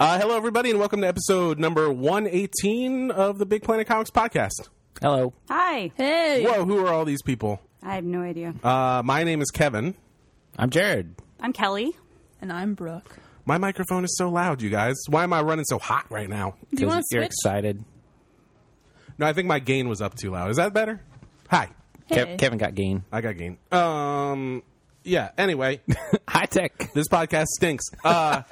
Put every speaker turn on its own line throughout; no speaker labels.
Uh, hello, everybody, and welcome to episode number 118 of the Big Planet Comics podcast.
Hello.
Hi.
Hey.
Whoa, who are all these people?
I have no idea.
Uh, my name is Kevin.
I'm Jared.
I'm Kelly.
And I'm Brooke.
My microphone is so loud, you guys. Why am I running so hot right now?
Do you want to
You're
switch?
excited.
No, I think my gain was up too loud. Is that better? Hi,
Kev-
Hey.
Kevin got gain.
I got gain. Um, yeah. Anyway,
High tech.
this podcast stinks. Uh,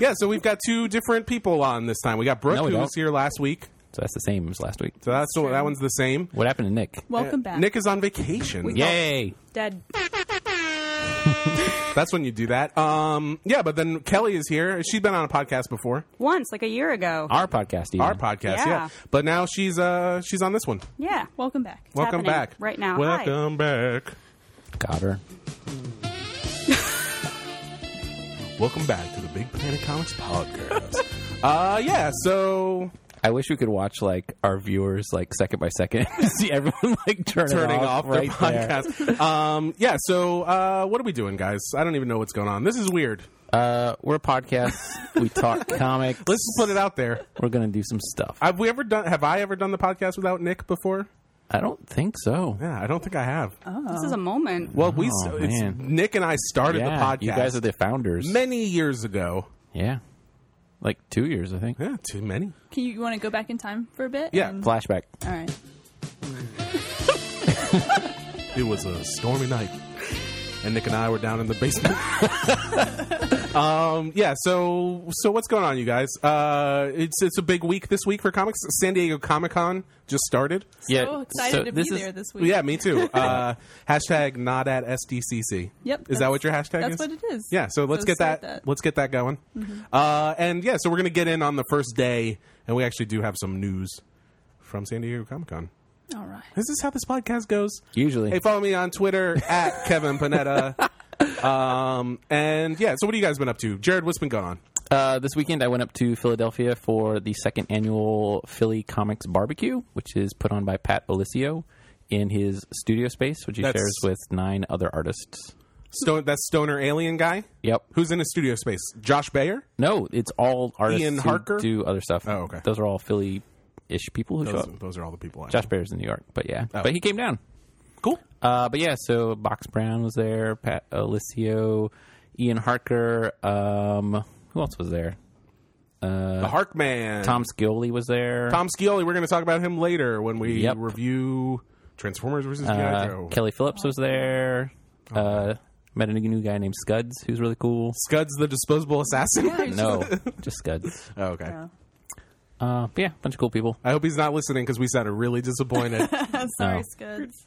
yeah. So we've got two different people on this time. We got Brooke,
No, we
who
don't.
was here last week.
So that's the same as last week.
So that's the, that one's the same.
What happened to Nick?
Welcome back.
Nick is on vacation.
Yay!
Dead.
That's when you do that. Um, yeah, but then Kelly is here. She's been on a podcast before,
Once, like a year ago.
Our podcast. Even.
our podcast, yeah.
Mm. Yeah.
But now she's uh she's on this one.
yeah. Well,
Welcome back.
Welcome
happening
back,
right now. Hi.
Welcome back.
Got her.
Welcome back to the Big Planet Comics podcast. uh, yeah. So
I wish we could watch like our viewers like second by second. See everyone like turning,
turning off,
right
the
there.
podcast. um, yeah. So uh, what are we doing, guys? I don't even know what's going on. This is weird.
Uh, we're a podcast. we talk comics.
Let's just put it out there.
We're gonna do some stuff. I,
Have we ever done? Have I ever done the podcast without Nick before?
don't think so.
Yeah, I don't think I have.
this
uh,
is a moment.
Well, we
Oh,
it's,
man.
Nick and I started the podcast.
you guys are the founders.
many years ago.
yeah, like two years, I think.
Yeah, too many.
Can you, want to go back in time for a bit?
Yeah.
And-
Flashback.
all right.
It was a stormy night, and Nick and I were down in the basement. um, yeah. So, so what's going on, you guys? Uh, it's it's a big week this week for comics. San Diego Comic Con just started.
Yeah.
so excited to be
this is-
there this week.
Yeah, me too. Uh, hashtag not at SDCC.
Yep,
Is that
that's-
what your hashtag
that's
is?
what it is.
Yeah. So let's
So
get that,
start that. Mm-hmm.
Let's get that going. Uh, and yeah, so we're gonna get in on the first day, and we actually do have some news from San Diego Comic Con.
All right.
Is this how this podcast goes?
Usually.
Hey, follow me on Twitter at Kevin Panetta. Um, and yeah, so what have you guys been up to? Jared, what's been going on?
Uh, this weekend, I went up to Philadelphia for the second annual Philly Comics Barbecue, which is put on by Pat Olicio in his studio space, which he
That's-
shares with nine other artists.
Stone, that stoner alien guy?
Yep.
Who's in his studio space? Josh Bayer?
No, it's all artists
Ian
who
Harker?
do other stuff.
Oh, okay.
Those are all Philly-ish people who show
Those,
up.
those are Oh. all the people I know.
Josh Bear's in New York, but yeah, but he came down.
Cool.
Uh, but yeah, so Box Brown was there, Pat Olicio, Ian Harker. Um, who else was there?
the Hark Man.
Uh, Tom Scioli was there.
Tom Scioli. We're going to talk about him later when we
Yep.
review Transformers versus G.I.
Uh,
Joe.
Kelly Phillips was there. Uh, met a new guy named Scuds, who's really cool.
Scuds the Disposable Assassin?
No, just Scuds.
Oh, okay.
Yeah.
Uh, but yeah, bunch of cool people.
I hope he's not listening because we sounded really disappointed.
Sorry,
Oh.
Scuds.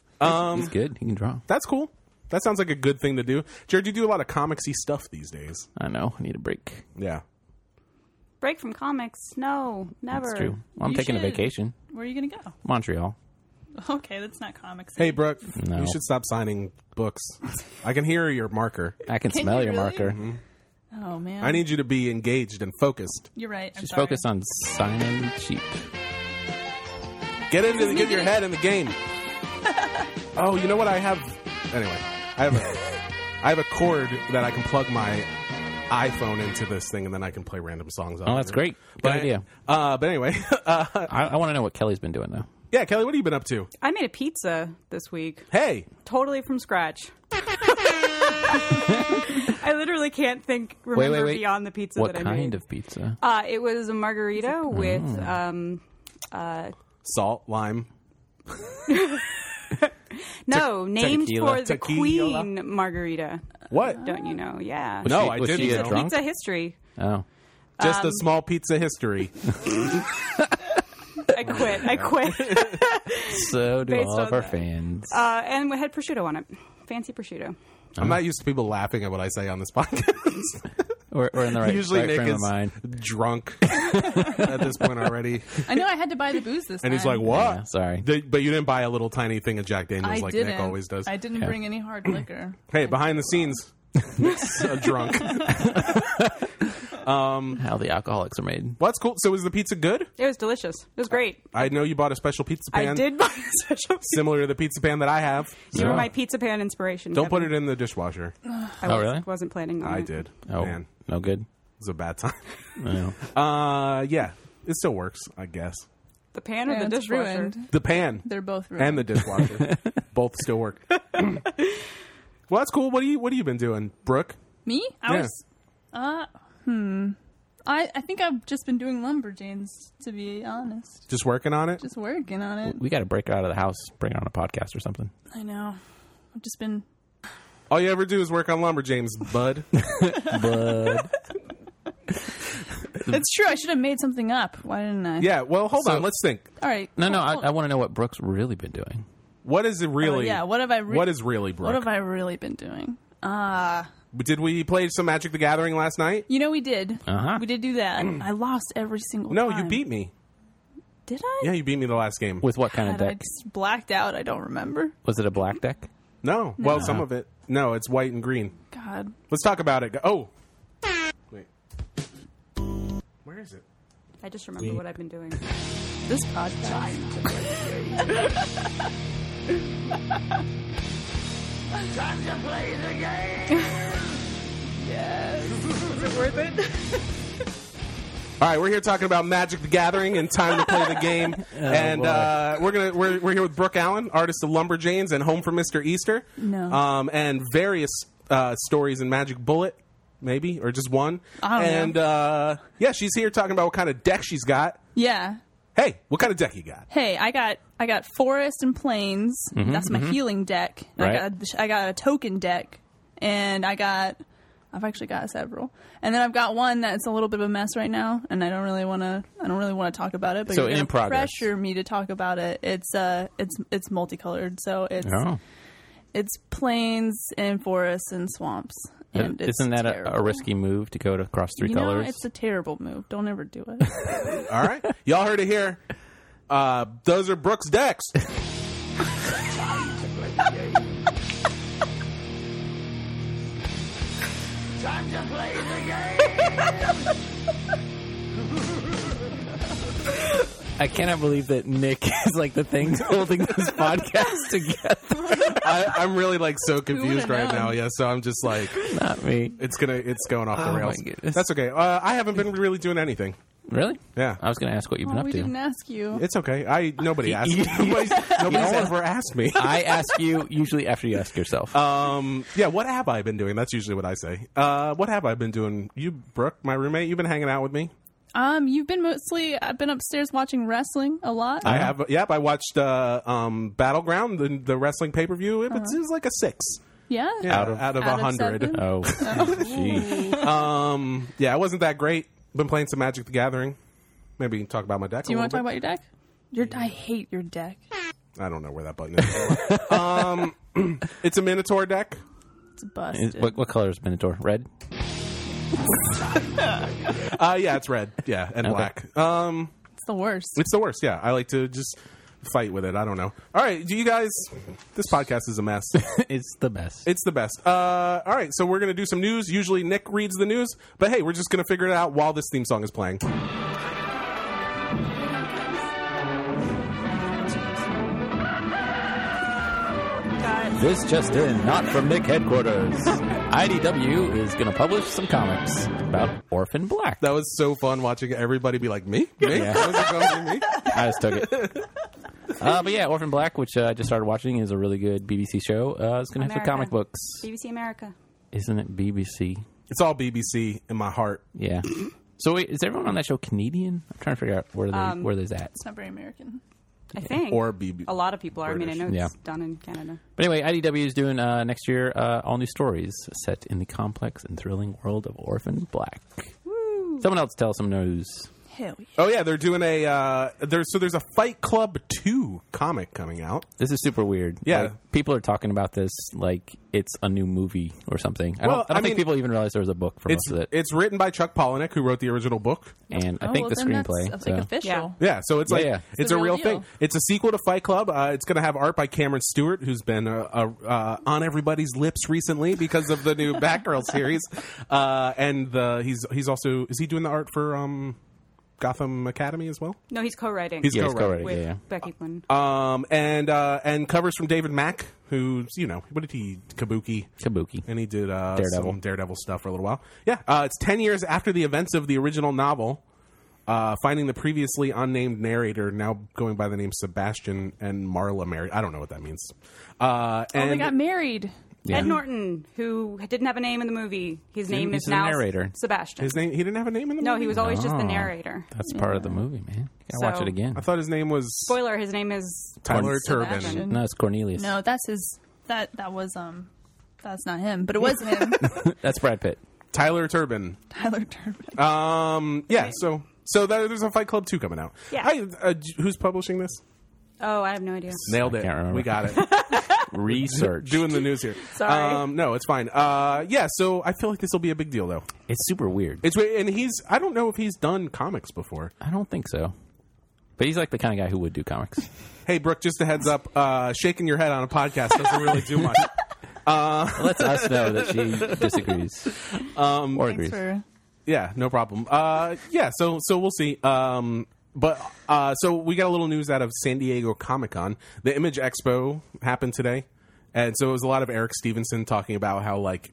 He's good. He can draw.
That's cool. That sounds like a good thing to do. Jared, you do a lot of comicsy stuff these days.
I know. I need a break.
Yeah.
Break from comics. No, never.
That's true. Well, I'm
You
taking a
should-
vacation.
Where are you going to go?
Montreal.
Okay, that's not comics.
Hey, Brooke,
No.
you should stop signing books. I can hear your marker.
I can,
Can
smell
you
your
really?
marker.
Oh, man.
I need you to be engaged and focused.
You're right. I'm
Just
sorry.
focus on signing cheap.
Get into the, get your head in the game. Oh, you know what? I have. Anyway, I have a, I have a cord that I can plug my iPhone into this thing, and then I can play random songs.
Oh, that's great. Good
But,
idea.
Uh, but anyway, uh,
I, I want to know what Kelly's been doing though.
yeah, Kelly, what have you been up to?
I made a pizza this week,
Hey,
totally from scratch. I literally can't think, remember
wait.
beyond the pizza
what
that I
kind
made.
of Mm. pizza?
uh, it was a margarita with um,
salt, lime.
no named
tequila.
for the
Tequila.
queen margarita.
What?
Don't you know? Yeah,
No,
she-
I
was
didn't
she
know.
a drunk?
pizza history.
Oh,
Just a small pizza history.
I quit. I quit.
so do
Based
all of
on
our
that.
fans.
uh, and we had prosciutto on it. Fancy prosciutto.
I'm
Uh-huh.
not used to people laughing at what I say on this podcast.
we're, we're in the right,
Usually
right
Nick
frame
is
of mind.
drunk at this point already,
I know I had to buy the booze this
and he's
time.
like, "What?"
Yeah, sorry.
The- but you didn't buy a little tiny thing of Jack Daniels
I
like
didn't.
Nick always does.
I didn't bring any hard liquor.
Hey, behind the scenes, Nick's a drunk. Well,
How the alcoholics are made.
that's cool. So, was the pizza good?
It was delicious. It was great.
I know you bought a special pizza pan,
I did buy a special. pizza.
similar to the pizza pan that I have.
You
Yeah.
were my pizza pan inspiration.
Don't put it in the dishwasher.
I
Oh,
was,
really?
wasn't planning on
I
it.
did.
Oh,
Man,
no good.
was a bad time.
Yeah.
Uh, yeah, it still works, I guess.
The pan or
Yeah,
the
it's
dishwasher?
ruined.
The pan
They're both ruined.
and the dishwasher both still work. well, that's cool. What do you What have you been doing, Brooke?
Me? I
Yeah.
was. Uh, hmm. I, I think I've just been doing lumberjanes, to be honest.
Just working on it.
Just working on it.
We got to break out of the house, bring on a podcast or something.
I know. I've just been.
All you ever do is work on lumber, James, bud.
But
It's true. I should have made something up. Why didn't I?
yeah. Well, hold
So-
on. Let's think.
All right.
no, no,
cool,
I,
cool.
I want to know what Brooks really been doing.
What is it
Oh,
really?
yeah. What have I? Re-
what is really, Brooke?
What have I really been doing? Ah,
Did we play some Magic the Gathering last night?
you know we did.
Uh-huh.
We did do that. I lost every single.
No,
time.
you beat me.
Did I?
Yeah, you beat me the last game.
With what kind of
God, I
deck?
just blacked out. I don't remember.
Was it a black deck?
no. Well, some of it. No, it's white and green.
God.
Let's talk about it. Oh. Wait. Where is it?
I just remember what I've been doing.
This podcast.
All right, we're here talking about Magic the Gathering and time to play the game. and
Oh, boy.
uh, we're gonna we're, we're here with Brooke Allen, artist of Lumberjanes and Home for Mister Easter.
No.
Um, and various uh, stories in Magic Bullet, maybe or just one.
I don't know.
and uh, yeah, she's here talking about what kind of deck she's got.
Yeah.
Hey, what kind of deck you got?
Hey, I got I got forest and plains. That's my healing deck. And I
Mm-hmm, Right.
got a- I got a token deck, and I got I've actually got several, and then I've got one that's a little bit of a mess right now, and I don't really want to I don't really want to talk about it. But
So
you're
in
gonna
progress.
pressure me to talk about it. It's uh it's it's multicolored, so it's
No.
it's plains and forests and swamps. And it's
Isn't that a, a
terrible.
risky move to go to cross three
You
colors?
know, it's a terrible move. Don't ever do it.
All right, y'all heard it here. Uh, those are Brooke's decks.
I cannot believe that Nick is like the thing holding this podcast together.
I, I'm really like so confused
would've
right
known?
now. Yeah, so I'm just like
Not me.
it's gonna it's going off
Oh,
the
my
rails.
goodness.
That's okay. Uh, I haven't been really doing anything.
Really?
Yeah.
I was going to ask what you've been
Oh,
up
we
to.
didn't ask you.
It's okay. I nobody asked. me.
you-
Nobody's, nobody's ever asked me.
I ask you usually after you ask yourself.
Mm.
Um, yeah. What have I been doing? That's usually what I say. Uh, what have I been doing? You, Brooke, my roommate, you've been hanging out with me.
Um, you've been mostly I've been upstairs watching wrestling a lot.
I have. Yep. I watched uh, um, Battleground, the, the wrestling pay per view. It, was- it was like a six.
Uh-huh. yeah.
Yeah,
Out of-
out of
Out
a
of
hundred.
seven?
oh, gee.
Um, yeah, it wasn't that great. Been playing some Magic the Gathering. Maybe you can talk about my deck. a
Do you
little
want to talk
bit.
about your deck? Your I hate your deck.
I don't know where that button is. um, it's a Minotaur deck.
It's busted.
What, what color is Minotaur? Red?
Uh, yeah, it's red. Yeah, and
Okay.
black. Um,
It's the worst.
It's the worst. Yeah, I like to just fight with it. I don't know. All right, do you guys? This podcast is a mess.
it's the best.
it's the best. Uh, all right, so we're gonna do some news. Usually Nick reads the news, but hey, we're just gonna figure it out while this theme song is playing.
This just in, not from Nick headquarters. IDW is going to publish some comics about Orphan Black.
That was so fun watching everybody be like, "Me, me, That was like, "Me?"
I just took it. Uh, but yeah, Orphan Black, which uh, I just started watching, is a really good BBC show. Uh, it's going to have
America.
the comic books.
BBC America.
Isn't it BBC?
It's all BBC in my heart.
Yeah. So wait, is everyone on that show Canadian? I'm trying to figure out where they where they's at.
It's not very American.
I think.
Or BB.
a lot of people are. I mean, I know it's
Yeah.
done in Canada.
But anyway, IDW is doing uh, next year uh, all new stories set in the complex and thrilling world of Orphan Black. Someone else tell some news.
Hell yeah.
Oh yeah, they're doing a uh, there's so there's a Fight Club two comic coming out.
This is super weird.
Yeah.
Like, people are talking about this like it's a new movie or something. I
Well,
don't, I don't
I
think
mean,
people even realize there was a book for
It's
most of it.
it's written by Chuck Palahniuk, who wrote the original book.
and I
oh,
think the
well, then
screenplay.
That's,
so-
like official. Oh,
Yeah.
Yeah, so it's
Yeah,
like
yeah.
it's, a real
deal.
thing. It's a sequel to Fight Club. Uh, it's going to have art by Cameron Stewart, who's been uh, uh, uh, on everybody's lips recently because of the new Batgirl series. Uh, and the, he's he's also is he doing the art for um, Gotham Academy as well.
No, he's co-writing.
He's
Yeah, it's
co-writing.
co-writing,
with
Yeah, yeah.
Becky Clynn.
Um, and uh, and covers from David Mack, who's you know what did he Kabuki.
Kabuki.
and he did uh,
Daredevil.
some Daredevil stuff for a little while. Yeah, uh, it's ten years after the events of the original novel, uh, finding the previously unnamed narrator now going by the name Sebastian and Marla married. I don't know what that means. Uh,
Oh,
and
they got married.
Ed Norton, who didn't have a name in the movie, his name
he's
is
the
now
narrator.
Sebastian.
his name he didn't have a name in the
no,
movie?
he was always just the
Oh.
narrator.
That's part of the movie, man. You gotta watch
So-
it again.
I thought his name was
Spoiler: His name is
Tyler
Sebastian.
Turbin.
No, it's Cornelius.
No, that's his. That that was um. That's not him, but it was him.
That's Brad Pitt.
Tyler Turbin.
Tyler Durbin.
Ah.
Um, yeah. So so that, there's a Fight Club two coming out.
Yeah.
I, uh, j- who's publishing this?
Oh, I have no idea.
Nailed
I
it.
can't remember.
We got it.
Research.
Doing the news here.
Sorry.
Um, no, it's fine. Uh, yeah. So I feel like this will be a big deal though.
It's super weird.
It's weird, and he's I don't know if he's done comics before.
I don't think so. But he's like the kind of guy who would do comics.
Hey Brooke, just a heads up, uh, shaking your head on a podcast doesn't really do much.
Let's us know that she disagrees um, or
Thanks
agrees.
for
yeah, no problem. Uh, yeah, so so we'll see. Um, but uh, so we got a little news out of San Diego Comic Con. The Image Expo happened today, and so it was a lot of Eric Stevenson talking about how like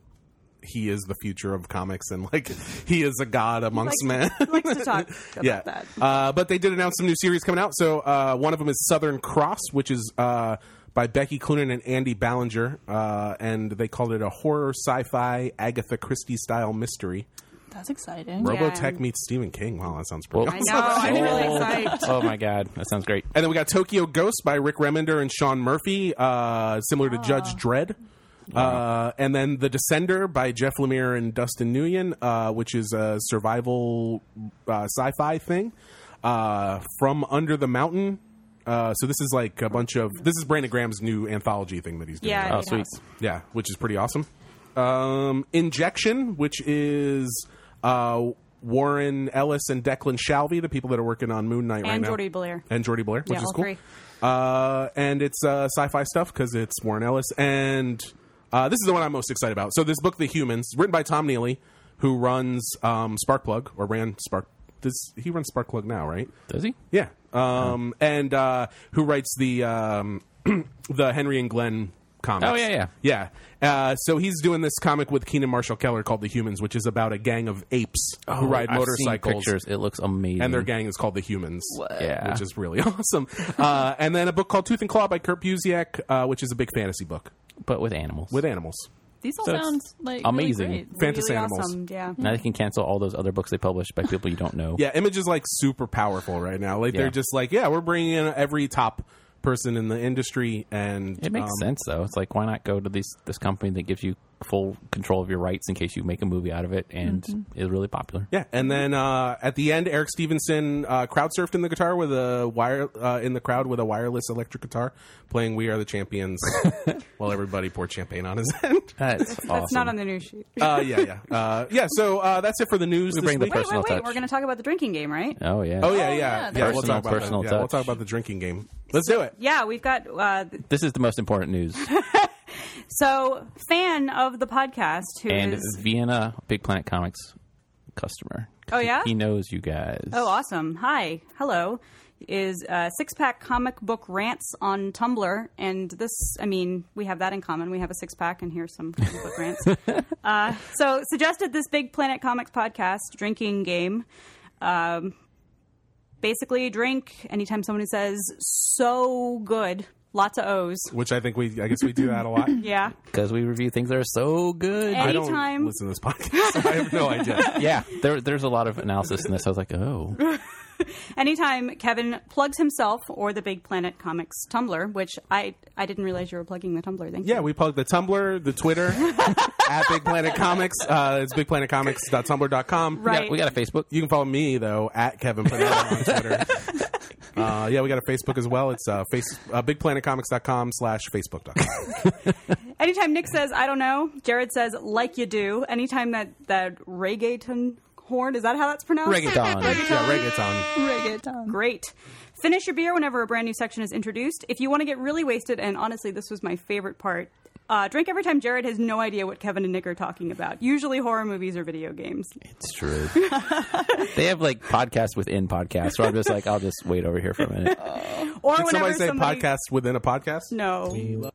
he is the future of comics and like he is a god amongst men.
He likes to talk about
yeah.
that.
Uh, but they did announce some new series coming out. So uh, one of them is Southern Cross, which is uh, by Becky Cloonan and Andy Ballinger, uh, and they called it a horror, sci-fi, Agatha Christie style mystery.
That's exciting.
Right.
Robotech meets Stephen King. Wow, that sounds pretty.
Well-
awesome.
I know. I'm really
Oh.
excited.
Oh my god, that sounds great.
And then we got Tokyo Ghost by Rick Remender and Sean Murphy, uh, similar to
Ah.
Judge Dredd. Uh, and then The Descender by Jeff Lemire and Dustin Nguyen, uh, which is a survival uh, sci fi thing. Uh, From Under the Mountain. Uh, so this is like a bunch of. This is Brandon Graham's new anthology thing that he's doing.
Yeah,
right?
Oh
it
sweet.
has.
Yeah, which is pretty awesome. Um, Injection, which is uh, Warren Ellis and Declan Shalvey, the people that are working on Moon Knight right
and
now.
Jordy Blair.
and Jordy Blair, which
Yeah,
is
all
cool.
three.
Uh, and it's uh, sci-fi stuff because it's Warren Ellis. And uh, this is the one I'm most excited about. So this book, The Humans, written by Tom Neely, who runs um, Sparkplug or ran Spark. Does he runs Sparkplug now? Right?
Does he?
Yeah. Um, And uh, who writes the um, the Henry and Glenn comics?
Oh, yeah,
yeah, yeah. Uh, so he's doing this comic with Keenan Marshall Keller called The Humans, which is about a gang of apes who ride
Oh, I've seen
motorcycles.
pictures. It looks amazing.
And their gang is called the Humans,
Mm. Yeah.
which is really awesome. Uh, and then a book called Tooth and Claw by Kurt Busiek, uh, which is a big fantasy book
but with animals.
with animals,
These all
So it's
sound like
amazing.
Really great.
fantasy
really
animals.
awesome. Yeah.
now they can cancel all those other books they published by people you don't know.
Yeah, Image is like super powerful right now. Like
Yeah.
they're just like, yeah, we're bringing in every top person in the industry, and
It makes
um,
sense though. It's like why not go to this this company that gives you full control of your rights in case you make a movie out of it and
Mm-hmm.
is really popular.
Yeah, and then uh, at the end, Eric Stevenson uh, crowd surfed in the guitar with a wire uh, in the crowd with a wireless electric guitar, playing "We Are the Champions," while everybody poured champagne on his end.
That's awesome.
That's not on the news sheet. Wait,
Uh, yeah, yeah, uh, yeah. So uh, that's it for the news.
We
this
bring the
week.
person-
wait,
Personal
wait.
touch.
We're going to talk about the drinking game, right?
Oh yeah.
Oh yeah,
Oh,
yeah,
yeah,
yeah.
that's
we'll
right.
talk about
Personal
that. Yeah, we'll
touch.
talk about the drinking game. Let's do it.
Yeah, we've got uh, th-
This is the most important news.
so fan of the podcast who is
and Vienna Big Planet Comics customer.
Oh, yeah?
He knows you guys.
Oh, awesome. Hi. Hello. Is uh, Six Pack Comic Book Rants on Tumblr. And this, I mean, we have that in common. We have a six pack, and here's some comic book rants. Uh, so, suggested this Big Planet Comics podcast drinking game. Um, basically, drink anytime somebody says, so good. Lots of O's.
Which I think we, I guess we do that a lot.
Yeah.
Because we review things that are so good.
I
And-
don't
Anytime.
listen to this podcast. I have no idea.
yeah, there, there's a lot of analysis in this. I was like, oh,
Anytime Kevin plugs himself or the Big Planet Comics Tumblr, which I, I didn't realize you were plugging the Tumblr. Thank you.
Yeah, we plug the Tumblr, the Twitter at Big Planet Comics. Uh, it's bigplanetcomics.tumblr.com.
Right.
we got a Facebook.
You can follow me though at Kevin Pinella on Twitter. Uh, yeah, we got a Facebook as well. It's uh, face, uh, bigplanetcomics.com slash facebook.com.
Anytime Nick says I don't know, Jared says like you do. Anytime that that reggaeton horn is that how that's pronounced?
Reggaeton.
yeah, reggaeton.
Reggaeton.
Great. Finish your beer whenever a brand new section is introduced. If you want to get really wasted, and honestly, this was my favorite part. Uh, drink every time Jared has no idea what Kevin and Nick are talking about. Usually horror movies or video games.
It's true. they have like podcasts within podcasts where I'm just like, I'll just wait over here for a minute.
Or
Did
whenever
somebody say
somebody-
podcast within a podcast?
No.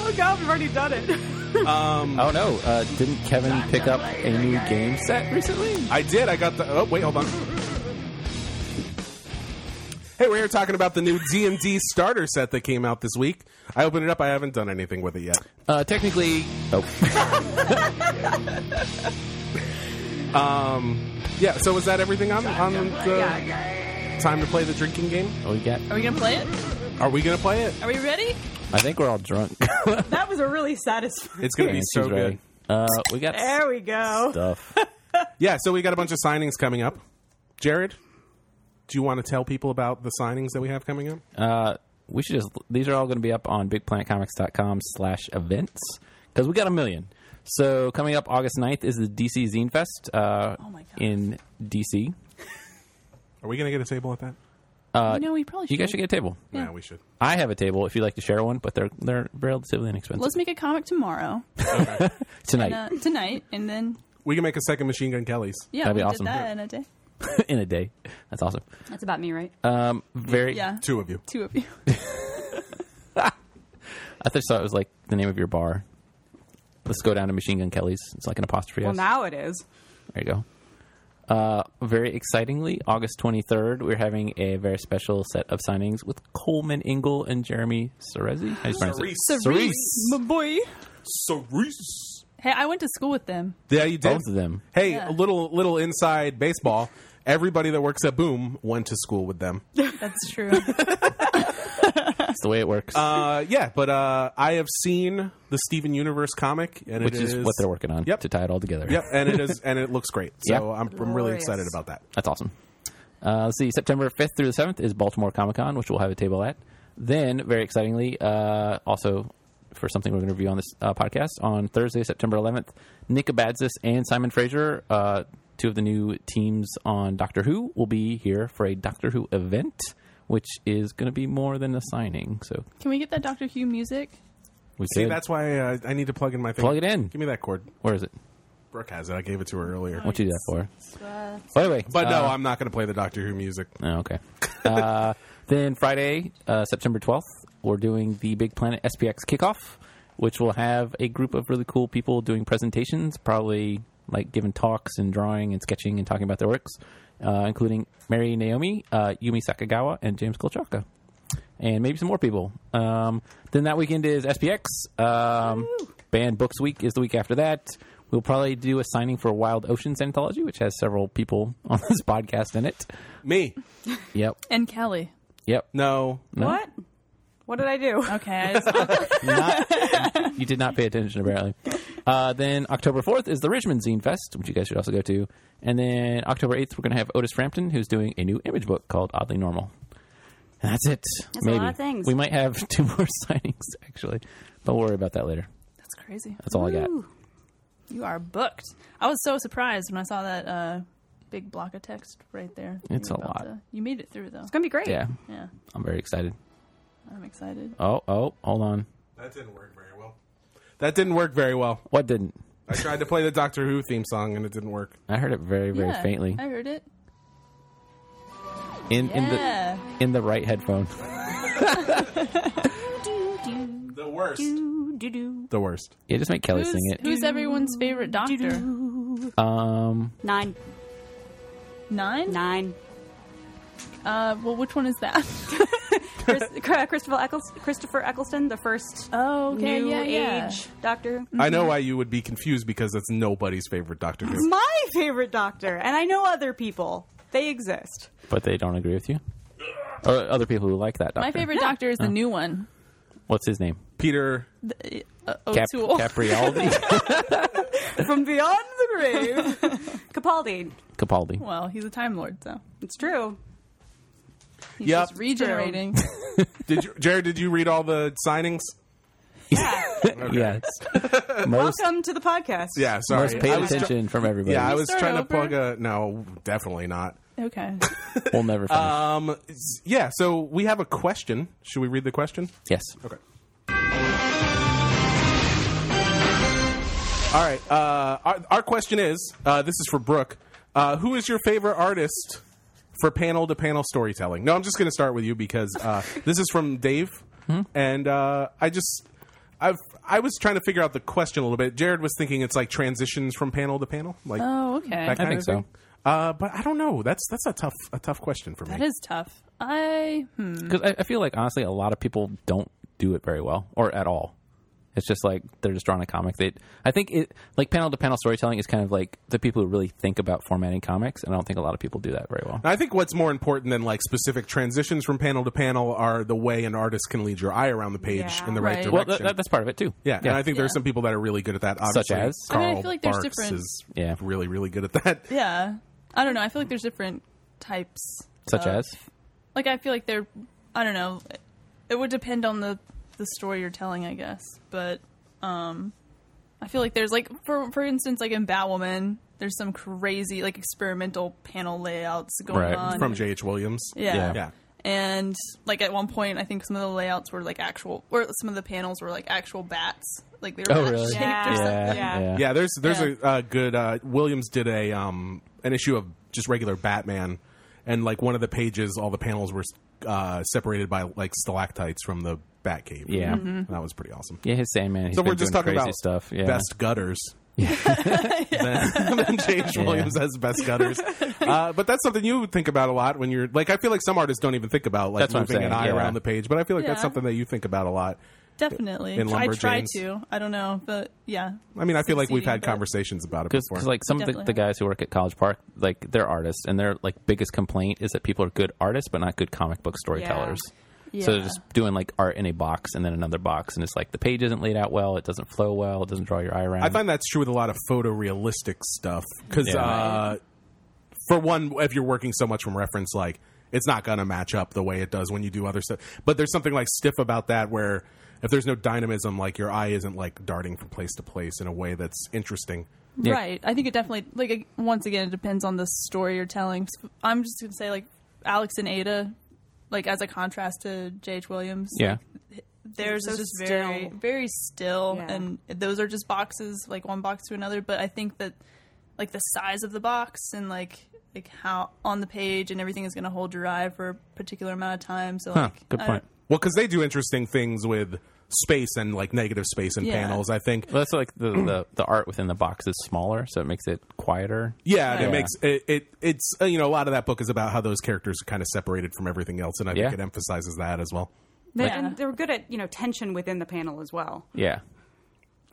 Oh God, we've already done it.
Oh no! Uh, didn't Kevin pick up a new game set recently?
I did. I got the. Oh wait, hold on. Hey, we're here talking about the new DMD starter set that came out this week. I opened it up. I haven't done anything with it yet.
Uh, technically, oh,
Yeah. So was that everything on on the time to play the drinking game?
we got.
Are we gonna play it?
Are we gonna play it?
Are we ready?
I think we're all drunk.
That was a really satisfying.
It's gonna be
She's
so good.
ready. Uh, we got
There we go.
stuff.
Yeah. So we got a bunch of signings coming up. Jared, do you want to tell people about the signings that we have coming up?
Uh, we should just. These are all going to be up on bigplanetcomics.com slash events because we got a million. So coming up August 9th is the DC Zine Fest uh,
my God.
in DC.
Are we gonna get a table at that?
you know, we probably should.
Uh, You guys should get a table.
Yeah, we should.
I have a table if you'd like to share one, but they're they're relatively inexpensive.
Let's make a comic tomorrow,
Tonight,
and, uh, tonight, and then
We can make a second Machine Gun Kelly's.
yeah,
That'd be
we
awesome.
did that in a day.
in a day. That's awesome.
That's about me, right?
Um, very.
Yeah,
Two of you.
two of you.
I just thought it was like the name of your bar. Let's go down to Machine Gun Kelly's. It's like an apostrophe.
Well,
S.
now it is.
There you go. Uh, very excitingly, August 23rd, we're having a very special set of signings with Coleman Ingle and Jeremy Cerezi. How do you pronounce it? Cerise.
My boy.
Cerise.
Hey, I went to school with them.
Yeah, you did.
Both of them.
Hey,
Yeah.
a little little inside baseball. Everybody that works at Boom went to school with them.
That's true.
That's the way it works,
Uh, yeah, but uh, I have seen the Steven Universe comic, and
which
it
is,
is
what they're working on
Yep.
to tie it all together.
Yep, and it is, and it looks great. So
Yeah.
I'm, I'm really
Glorious.
excited about that.
That's awesome. Uh, let's see. September 5th through the 7th is Baltimore Comic Con, which we'll have a table at. Then, very excitingly, uh, also for something we're going to review on this uh, podcast, on Thursday, September 11th, Nick Abadzis and Simon Fraser, uh, two of the new teams on Doctor Who, will be here for a Doctor Who event, which is going to be more than a signing. So
Can we get that Doctor Who music?
we
See,
could-
that's why uh, I need to plug in my thing.
Plug it in.
Give me that cord.
Where is it?
Brooke has it. I gave it to her earlier.
What you do that for? By the way,
But no,
uh,
I'm not going to play the Doctor Who music.
Oh, okay. uh, then Friday, uh, September 12th, we're doing the Big Planet SPX kickoff, which will have a group of really cool people doing presentations, probably like giving talks and drawing and sketching and talking about their works, uh, including Mary Naomi, uh, Yumi Sakagawa, and James Kolchaka. And maybe some more people. Um, then that weekend is SPX. Um, Banned Books Week is the week after that. We'll probably do a signing for Wild Oceans Anthology, which has several people on this podcast in it.
Me?
Yep.
And Kelly.
Yep.
No.
What? What did I do?
Okay, I just,
You did not pay attention, apparently. Uh, then October 4th is the Richmond Zine Fest, which you guys should also go to. And then October 8th, we're going to have Otis Frampton, who's doing a new image book called Oddly Normal. And that's it.
That's a lot of things.
We might have two more signings, actually. But we'll worry about that later.
that's crazy.
That's all I got.
Ooh.
You are booked. I was so surprised when I saw that uh, big block of text right there. that you
It's
were
a
about
lot.
to- you made it through though.
It's gonna be great.
Yeah,
Yeah,
I'm very excited.
I'm excited.
Oh, oh, hold on.
That didn't work very well. That didn't work very well.
What didn't?
I tried to play the Doctor Who theme song, and it didn't work.
I heard it very, very
yeah,
faintly
I heard it.
Oh,
in in the
Yeah.
in the right headphone.
Do, do,
The worst.
do, do, do,
The worst.
Yeah, just make Kelly
Who's,
sing it.
who's everyone's favorite
do,
doctor?
do.
Um,
Nine,
Nine.
nine.
Uh, well, which one is that?
Chris, Christopher, Eccles, Christopher Eccleston, the first
Oh, okay,
new
yeah, yeah.
age doctor.
I know why you would be confused because that's nobody's favorite Doctor Who.
My favorite doctor, and I know other people. They exist.
but they don't agree with you. Or other people who like that doctor.
My favorite doctor is the new one,
What's his name?
Peter.
uh,
Cap-
O'Toole.
Caprialdi?
From beyond the grave. Capaldi.
Capaldi.
well, he's a time lord, so
It's true.
he's
Yep.
just regenerating.
Did you, Jared? Did you read all the signings?
Yes. most
Welcome to the podcast.
Yeah, sorry.
most paid
I was try-
attention from everybody.
yeah, I was
start
trying to
over?
plug a. No, definitely not.
Okay.
We'll never finish.
Um, s- yeah, so we have a question. Should we read the question?
yes.
Okay. All right. Uh, our, our question is uh, this is for Brooke. Uh, who is your favorite artist for panel to panel storytelling? No, I'm just going to start with you because uh, this is from Dave. And uh, I just. I've, I was trying to figure out the question a little bit. Jared was thinking it's like transitions from panel to panel, like
Oh, okay.
that kind
think
of
so.
thing. Uh, but I don't know. That's that's a tough a tough question for me.
That is tough. I hmm.
Because I, I feel like, honestly, a lot of people don't do it very well or at all. It's just like they're just drawing a comic. They, I think it, like panel to panel storytelling is kind of like the people who really think about formatting comics, and I don't think a lot of people do that very well.
I think what's more important than like specific transitions from panel to panel are the way an artist can lead your eye around the page
Yeah.
in the right,
Right.
direction.
Well, that, that- that's part of it too.
yeah, and I think there's
Yeah.
some people that are really good at that. Obviously,
as?
I
Carl
mean, I feel like there's
Barks
different-
is
Yeah.
really really good at that.
Yeah. I don't know. I feel like there's different types.
such
of-
as
Like I feel like they're I don't know. It would depend on the the story you're telling, I guess. But um I feel like there's like for for instance like in Batwoman, there's some crazy like experimental panel layouts going
Right.
on.
From J.H. Williams,
Yeah.
Yeah.
yeah.
and like at one point I think some of the layouts were like actual or some of the panels were like actual bats. Like they were
Oh,
bat
really?
shaped
Yeah.
or
yeah,
something.
Yeah.
yeah,
Yeah, there's there's
Yeah.
a uh, good uh, Williams did a um, an issue of just regular Batman, and like one of the pages, all the panels were uh, separated by like stalactites from the Batcave.
Yeah.
Mm-hmm.
that was pretty awesome.
Yeah, his Sandman. He's
So
been
we're just
doing
talking
crazy
about
stuff. Yeah,
best gutters. then, then James Williams has best gutters, uh, but that's something you think about a lot when you're like. I feel like some artists don't even think about like
That's what I'm
moving an
saying,
eye
yeah.
around the page, but I feel like that's
Yeah.
something that you think about a lot.
Definitely.
In
I try
Lumberjanes.
to. I don't know, but yeah.
I mean, I feel like we've had
Succeeding,
conversations about it before.
because like some of the, the
Definitely.
guys who work at College Park, like they're artists, and their like biggest complaint is that people are good artists but not good comic book storytellers.
Yeah.
So they're just doing like art in a box and then another box, and it's like the page isn't laid out well, it doesn't flow well, it doesn't draw your eye around.
I find that's true with a lot of photorealistic stuff because,
Yeah.
uh, for one, if you're working so much from reference, like it's not going to match up the way it does when you do other stuff. But there's something like stiff about that where if there's no dynamism, like your eye isn't like darting from place to place in a way that's interesting.
Yeah.
Right. I think it definitely like it- once again it depends on the story you're telling. S- I'm just gonna say like Alex and Ada, like as a contrast to J.H. Williams.
yeah,
theirs
So
is just
still.
very very still,
Yeah.
and those are just boxes like one box to another. But I think that like the size of the box and like like how on the page and everything is gonna hold your eye for a particular amount of time. So
huh?
like
Good
I
point.
don't-
Well, because they do interesting things with space and like negative space and
Yeah.
panels, I think.
Well, that's like the, the the art within the box is smaller, so it makes it quieter.
Yeah, and
Yeah.
it makes it, it. It's uh, you know a lot of that book is about how those characters are kind of separated from everything else, and I
Yeah.
think it emphasizes that as well.
They,
Yeah.
And they're good at you know tension within the panel as well.
Yeah.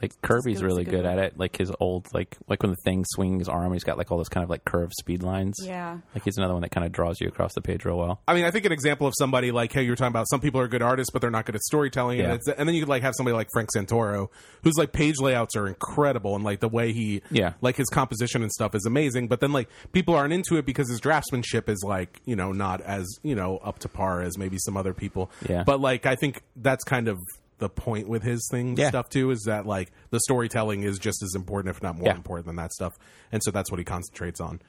Like Kirby's
good-
really
that's a good
good at it. Like his old like like when the thing swings his arm, he's got like all those kind of like curved speed lines.
Yeah.
Like he's another one that kind of draws you across the page real well.
I mean, I think an example of somebody like how you were talking about some people are good artists, but they're not good at storytelling.
Yeah.
And, it's, and then you could like have somebody like Frank Santoro, whose like page layouts are incredible and like the way he,
Yeah.
like his composition and stuff is amazing. But then like people aren't into it because his draftsmanship is like, you know, not as, you know, up to par as maybe some other people.
Yeah.
But like, I think that's kind of the point with his thing
Yeah.
stuff too is that like the storytelling is just as important, if not more
Yeah.
important than that stuff. And so that's what he concentrates on.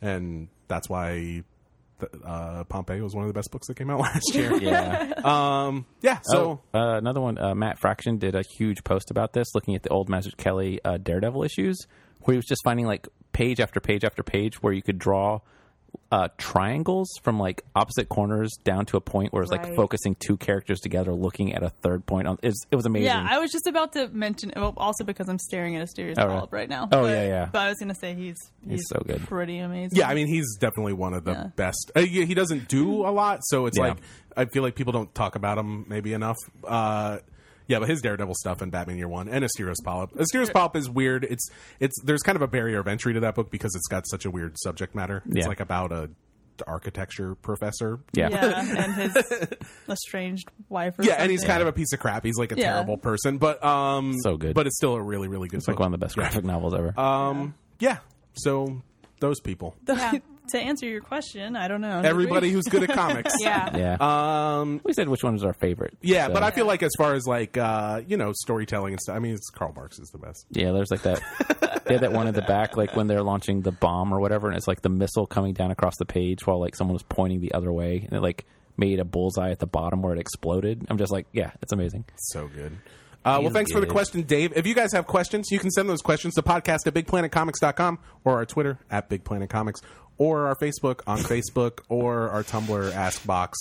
And that's why th- uh, Pompeii was one of the best books that came out last year.
Yeah.
yeah. So
oh, uh, another one, uh, Matt Fraction did a huge post about this, looking at the old Master Kelly uh, Daredevil issues, where he was just finding like page after page after page where you could draw uh, triangles from like opposite corners down to a point where it's like
Right.
focusing two characters together, looking at a third point. On it was, it was amazing.
Yeah, I was just about to mention. Well, also because I'm staring at a serious
Oh,
oh,
right.
right now.
Oh,
but,
yeah, yeah.
But I was gonna say he's he's,
so good.
pretty amazing.
yeah, I mean, he's definitely one of the
Yeah.
best. Uh, yeah, he doesn't do a lot, so it's
Yeah.
like I feel like people don't talk about him maybe enough. Uh, yeah, but his Daredevil stuff and Batman Year One and Asterios Polyp. Asterios Polyp is weird. It's it's there's kind of a barrier of entry to that book because it's got such a weird subject matter. It's
Yeah.
like about a architecture professor.
yeah.
yeah, and his estranged wife. Or
Yeah, and he's
something.
kind of a piece of crap. He's like a
Yeah.
terrible person, but um,
So good.
But it's still a really, really good.
It's like one of the best graphic novels ever.
Um, yeah. So those people.
Yeah. to answer your question, I don't know.
Everybody who's good at comics.
Yeah.
Yeah.
Um,
we said which one was our favorite.
yeah,
so-
but I feel like as far as like uh, you know storytelling and stuff, I mean, it's Karl Marx is the best.
Yeah, there's like that. they had that one at the back, like when they're launching the bomb or whatever, and it's like the missile coming down across the page while like someone was pointing the other way, and it like made a bullseye at the bottom where it exploded. I'm just like, yeah, it's amazing.
So good. Uh, well,
Feels
thanks for the
good.
question, Dave. If you guys have questions, you can send those questions to podcast at bigplanetcomics.com or our Twitter at Big Planet Comics or our Facebook on Facebook or our Tumblr Ask Box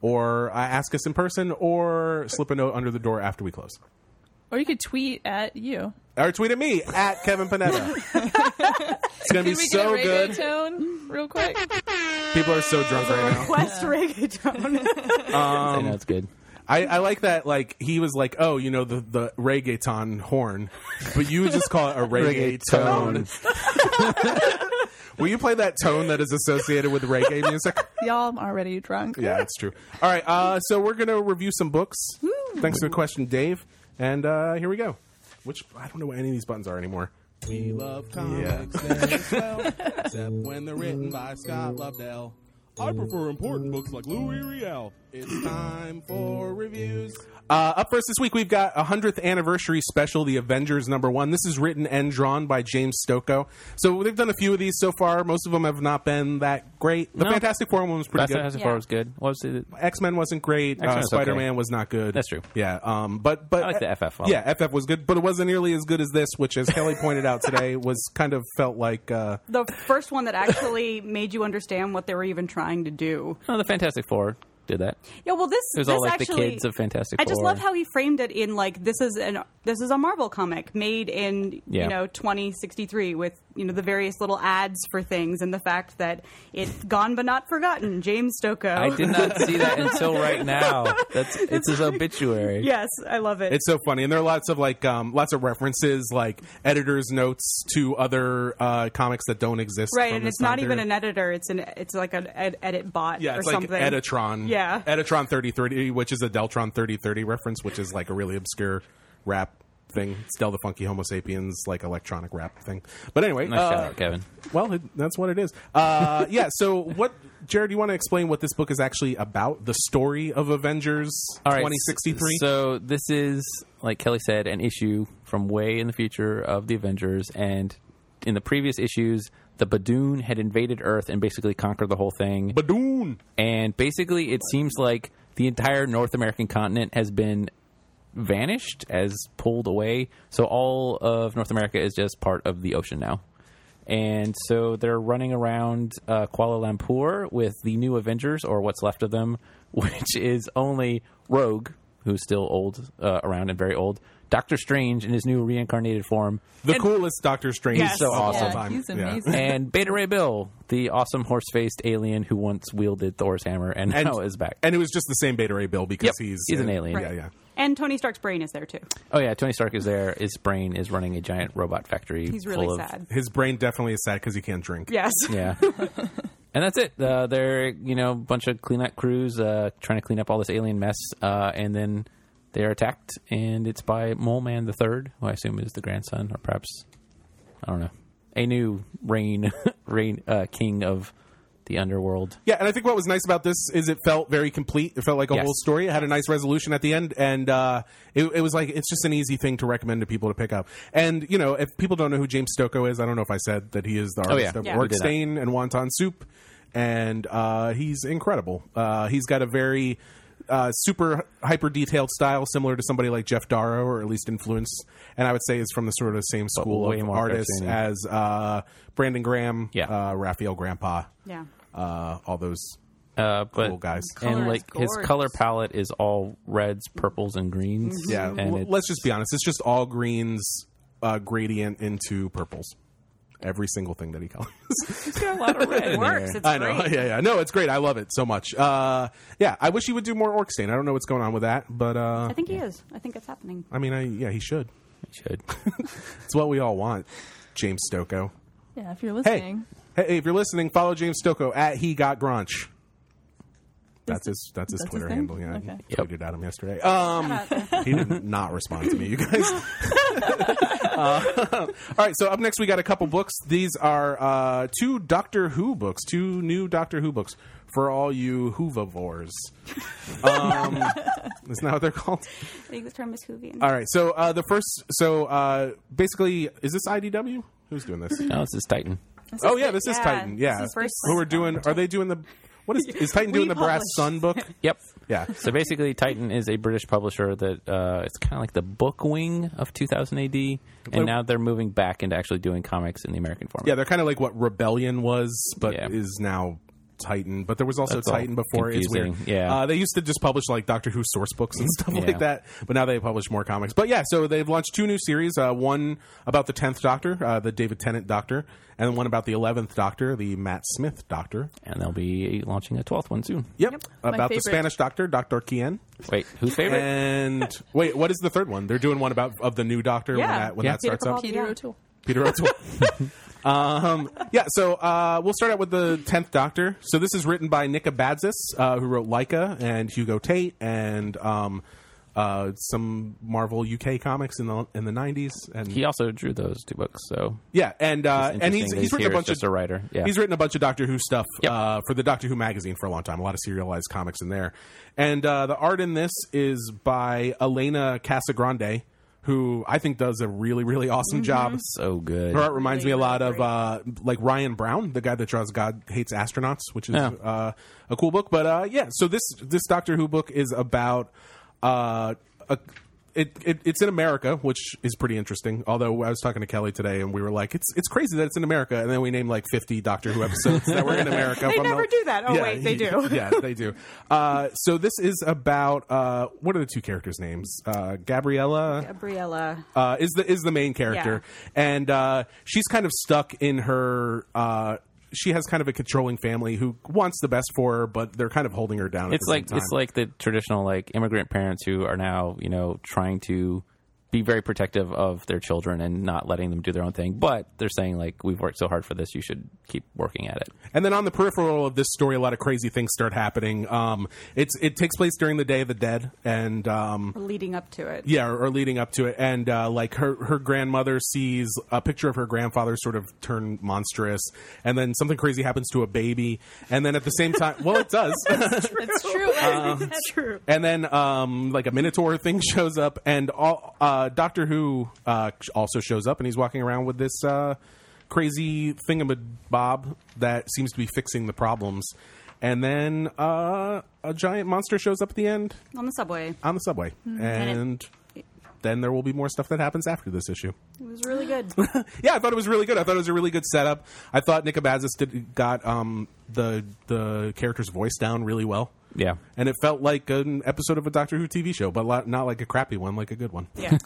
or uh, ask us in person or slip a note under the door after we close.
Or you could tweet at you.
Or tweet at me at Kevin Panetta. it's going to be
Can we get a
so
radio
good.
tone real quick?
People are so drunk right now.
Quest reggaeton.
Um,
I know it's good.
I, I like that. Like he was like, "Oh, you know the the reggaeton horn," but you would just call it a reggaeton. Will you play that tone that is associated with reggae music?
Y'all I'm already drunk.
Yeah, that's true. All right, uh, so we're gonna review some books. Thanks for the question, Dave. And uh, here we go. Which I don't know what any of these buttons are anymore. We love comics as well, except when they're written by Scott Lobdell. I prefer important books like Louis Riel. It's time for reviews. Uh, up first this week, we've got a 100th anniversary special, The Avengers number one. This is written and drawn by James Stocco. So they've done a few of these so far. Most of them have not been that great. The
No.
Fantastic Four one was pretty
Last
good.
Fantastic Four was good. What was it?
X Men wasn't great.
X-Men
Uh,
was
Spider Man
okay.
was not good.
That's true.
Yeah. Um. But but
I like the FF a lot.
Yeah, FF was good, but it wasn't nearly as good as this, which, as Kelly pointed out today, was kind of felt like. Uh,
the first one that actually made you understand what they were even trying to do.
No, the Fantastic Four did that.
Yeah, well, this
It was
this
all like
actually,
the kids of Fantastic
I just
Four.
love how he framed it in like this is an this is a Marvel comic made in
Yeah.
you know 2063 with you know the various little ads for things and the fact that it's gone but not forgotten. James Stokoe.
I did not see that until right now. That's it's his obituary.
yes, I love it.
it's so funny, and there are lots of like um, lots of references, like editors' notes to other uh, comics that don't exist.
right,
from
and
this
it's not
time
even
period.
an editor. It's an it's like an ed- edit bot
Yeah,
or
it's like
something.
Editron.
Yeah.
Editron thirty thirty, which is a Deltron thirty thirty reference, which is like a really obscure rap thing. It's Del the Funky Homo Sapiens, like electronic rap thing. But anyway,
Nice
uh,
shout out, Kevin.
Well, it, that's what it is. Uh, yeah. So, what, Jared? You want to explain what this book is actually about? The story of Avengers
All right,
twenty sixty three.
So this is, like Kelly said, an issue from way in the future of the Avengers, and in the previous issues, the Badoon had invaded Earth and basically conquered the whole thing.
Badoon.
And basically, it seems like the entire North American continent has been vanished, as pulled away. So all of North America is just part of the ocean now. And so they're running around uh, Kuala Lumpur with the new Avengers, or what's left of them, which is only Rogue, who's still old, uh, around and very old, Doctor Strange in his new reincarnated form,
The coolest Doctor Strange.
Yes. He's so
of all
awesome.
time.
he's
Yeah.
amazing.
and Beta Ray Bill, the awesome horse faced alien who once wielded Thor's hammer and,
And-
now is back.
And it was just the same Beta Ray Bill because
Yep.
he's
He's an alien.
Yeah,
Right.
yeah.
And Tony Stark's brain is there too.
Oh yeah, Tony Stark is there. His brain is running a giant robot factory.
He's really
full of-
sad.
His brain definitely is sad because he can't drink.
Yes.
Yeah. And that's it. Uh, they're you know a bunch of cleanup crews uh, trying to clean up all this alien mess, uh, and then they are attacked, and it's by Mole Man the Third, who I assume is the grandson, or perhaps I don't know, a new reign, reign uh, king of the underworld.
Yeah, and I think what was nice about this is it felt very complete. It felt like a
Yes.
whole story. It had a nice resolution at the end, and uh, it, it was like it's just an easy thing to recommend to people to pick up. And you know, if people don't know who James Stocco is, I don't know if I said that he is the artist
Oh, yeah.
of
Yeah. We did that.
Orkstein and Wonton Soup, and uh, he's incredible. Uh, he's got a very uh, super hyper detailed style, similar to somebody like Jeff Darrow, or at least influenced, and I would say is from the sort of same school
way
of
more
artists
cartoony.
as uh, Brandon Graham,
Yeah.
uh, Raphael Grandpa,
Yeah.
uh, all those
Uh, but
cool guys.
Color
and
is
like his
gorgeous.
color palette is all reds, purples, and greens.
Mm-hmm.
Yeah,
and
well,
it's-
let's just be honest. It's just all greens uh, gradient into purples. Every single thing that he colors.
it's got a lot of red.
It
in
works.
there.
It's
I know.
great.
Yeah, yeah. No, it's great. I love it so much. Uh, yeah, I wish he would do more Orcstain. I don't know what's going on with that, but uh,
I think he is. I think it's happening.
I mean, I, yeah, he should.
Should.
It's what we all want. James Stocco.
Yeah, if you're
Hey,
listening.
hey, if you're listening, follow James Stocco at he got grunch. That's his. That's his
that's his
Twitter
name?
handle. Yeah,
Okay.
Uh, I tweeted at him yesterday. Um, he did not respond to me. You guys. All right, so up next we got a couple books. These are uh, two Doctor Who books, two new Doctor Who books for all you Hoovavores. Um, isn't that what they're called?
I think the term is Hoovian.
All right, so uh, the first, so uh, basically, is this IDW? Who's doing this?
No, this is Titan.
Oh yeah, this is
yeah,
Titan. Yeah,
this is first-
who are doing? Are they doing the? What is is Titan
We
doing the Brass Sun
published.
book?
Yep.
Yeah.
So basically, Titan is a British publisher that uh, it's kind of like the book wing of 2000 AD, and
Well-
now they're moving back into actually doing comics in the American format.
Yeah, they're kind of like what Rebellion was, but
Yeah.
is now Titan. But there was also
That's all
Titan before. It's weird.
confusing, yeah.
uh, they used to just publish like Doctor Who source books and stuff
Yeah.
like that, but now they publish more comics. But yeah, so they've launched two new series: uh, one about the tenth Doctor, uh, the David Tennant Doctor, and one about the eleventh Doctor, the Matt Smith Doctor.
And they'll be launching a 12th one soon.
Yep,
My
about the
favorite.
Spanish Doctor, Doctor Kien.
Wait, who's favorite?
And wait, what is the third one? They're doing one about of the new Doctor when
Yeah.
that when
Yeah.
that
Peter
starts up.
Capaldi.
Peter
Yeah.
O'Toole.
Peter O'Toole. um, yeah, so uh, we'll start out with the Tenth Doctor. So this is written by Nick Abadzis, uh, who wrote Leica and Hugo Tate and um, uh, some Marvel UK comics in the in the nineties. And
He also drew those two books, so
yeah, and uh,
It's
and he's
interesting that
he's written
here
a
as
bunch of
just a writer, yeah.
he's written a bunch of Doctor Who stuff
Yep.
uh, for the Doctor Who magazine for a long time. A lot of serialized comics in there, and uh, the art in this is by Elena Casagrande, who I think does a really really awesome
Mm-hmm.
job.
so good.
Her art reminds me a
Really,
lot
really
of uh, like Ryan Brown, the guy that draws God Hates Astronauts, which is
Yeah.
uh, a cool book. But uh, yeah, so this this Doctor Who book is about uh, a, it, it. It's in America, which is pretty interesting. Although I was talking to Kelly today, and we were like, "It's it's crazy that it's in America," and then we named like fifty Doctor Who episodes that were in America.
They
from the-
never do that. Oh, wait, they do.
yeah, they do. Uh, so this is about uh, what are the two characters' names? Uh, Gabriella.
Gabriella.
uh, is the is the main character, and uh, she's kind of stuck in her. Uh, she has kind of a controlling family who wants the best for her, but they're kind of holding her down. at
it's
the same
like
time.
it's like the traditional like immigrant parents who are now you know trying to be very protective of their children and not letting them do their own thing, but they're saying like we've worked so hard for this, you should keep working at it.
And then on the peripheral of this story, a lot of crazy things start happening. Um, it's it takes place during the Day of the Dead, and um,
Leading up to it.
yeah, or, or leading up to it, and uh, like her her grandmother sees a picture of her grandfather sort of turn monstrous, and then something crazy happens to a baby, and then at the same time, well, it does.
It's true.
Uh,
That's true.
And then, um, like a Minotaur thing shows up, and all, uh, Doctor Who uh, also shows up, and he's walking around with this uh, crazy thingamabob that seems to be fixing the problems. And then uh, a giant monster shows up at the end
On the subway.
on the subway, and then there will be more stuff that happens after this issue.
It was really good.
Yeah, I thought it was really good. I thought it was a really good setup. I thought Nick Abazis did got um, the the character's voice down really well.
Yeah,
And it felt like an episode of a Doctor Who TV show, but lot- not like a crappy one, like a good one.
Yeah.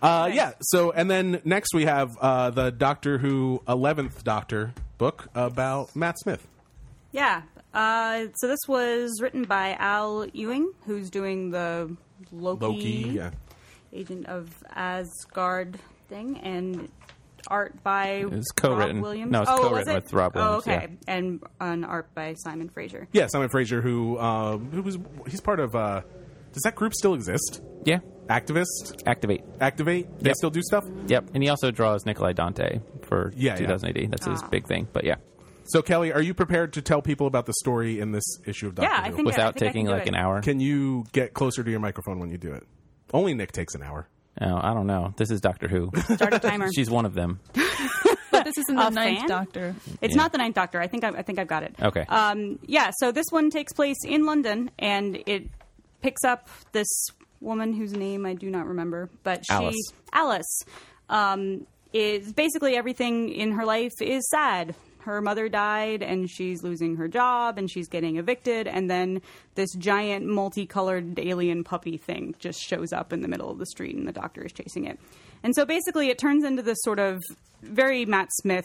Uh, yeah. So, and then next we have uh, the Doctor Who 11th Doctor book about Matt Smith.
Yeah. Uh, so this was written by Al Ewing, who's doing the Loki,
Loki. Yeah.
Agent of Asgard thing, and art by
was co-written.
Rob Williams.
No, it's
oh, was
co-written
it?
with Rob Williams,
Oh, okay.
yeah.
And an art by Simon Fraser.
Yeah. Simon Fraser, who, uh, who was, he's part of, uh, does that group still exist?
yeah.
Activist?
Activate.
Activate? They
Yep.
still do stuff?
Yep, and he also draws Nikolai Dante for
Yeah, yeah.
2080. That's his
Ah.
big thing. But yeah,
So, Kelly, are you prepared to tell people about the story in this issue of Doctor
Yeah, I
Who?
think- I
without
think I
taking
can do
like
it.
an hour.
Can you get closer to your microphone when you do it? Only Nick takes an hour.
oh, I don't know. This is Doctor Who.
Start a timer.
She's one of them.
but this isn't the
A
ninth
fan?
Doctor.
It's
Yeah.
not the Ninth Doctor. I think I, I think I've got it.
Okay.
Um, yeah. So this one takes place in London, and it picks up this woman whose name I do not remember, but she
Alice.
Alice, um, is basically everything in her life is sad. Her mother died, and she's losing her job, and she's getting evicted, and then this giant multicolored alien puppy thing just shows up in the middle of the street, and the doctor is chasing it. And so basically, it turns into this sort of very Matt Smith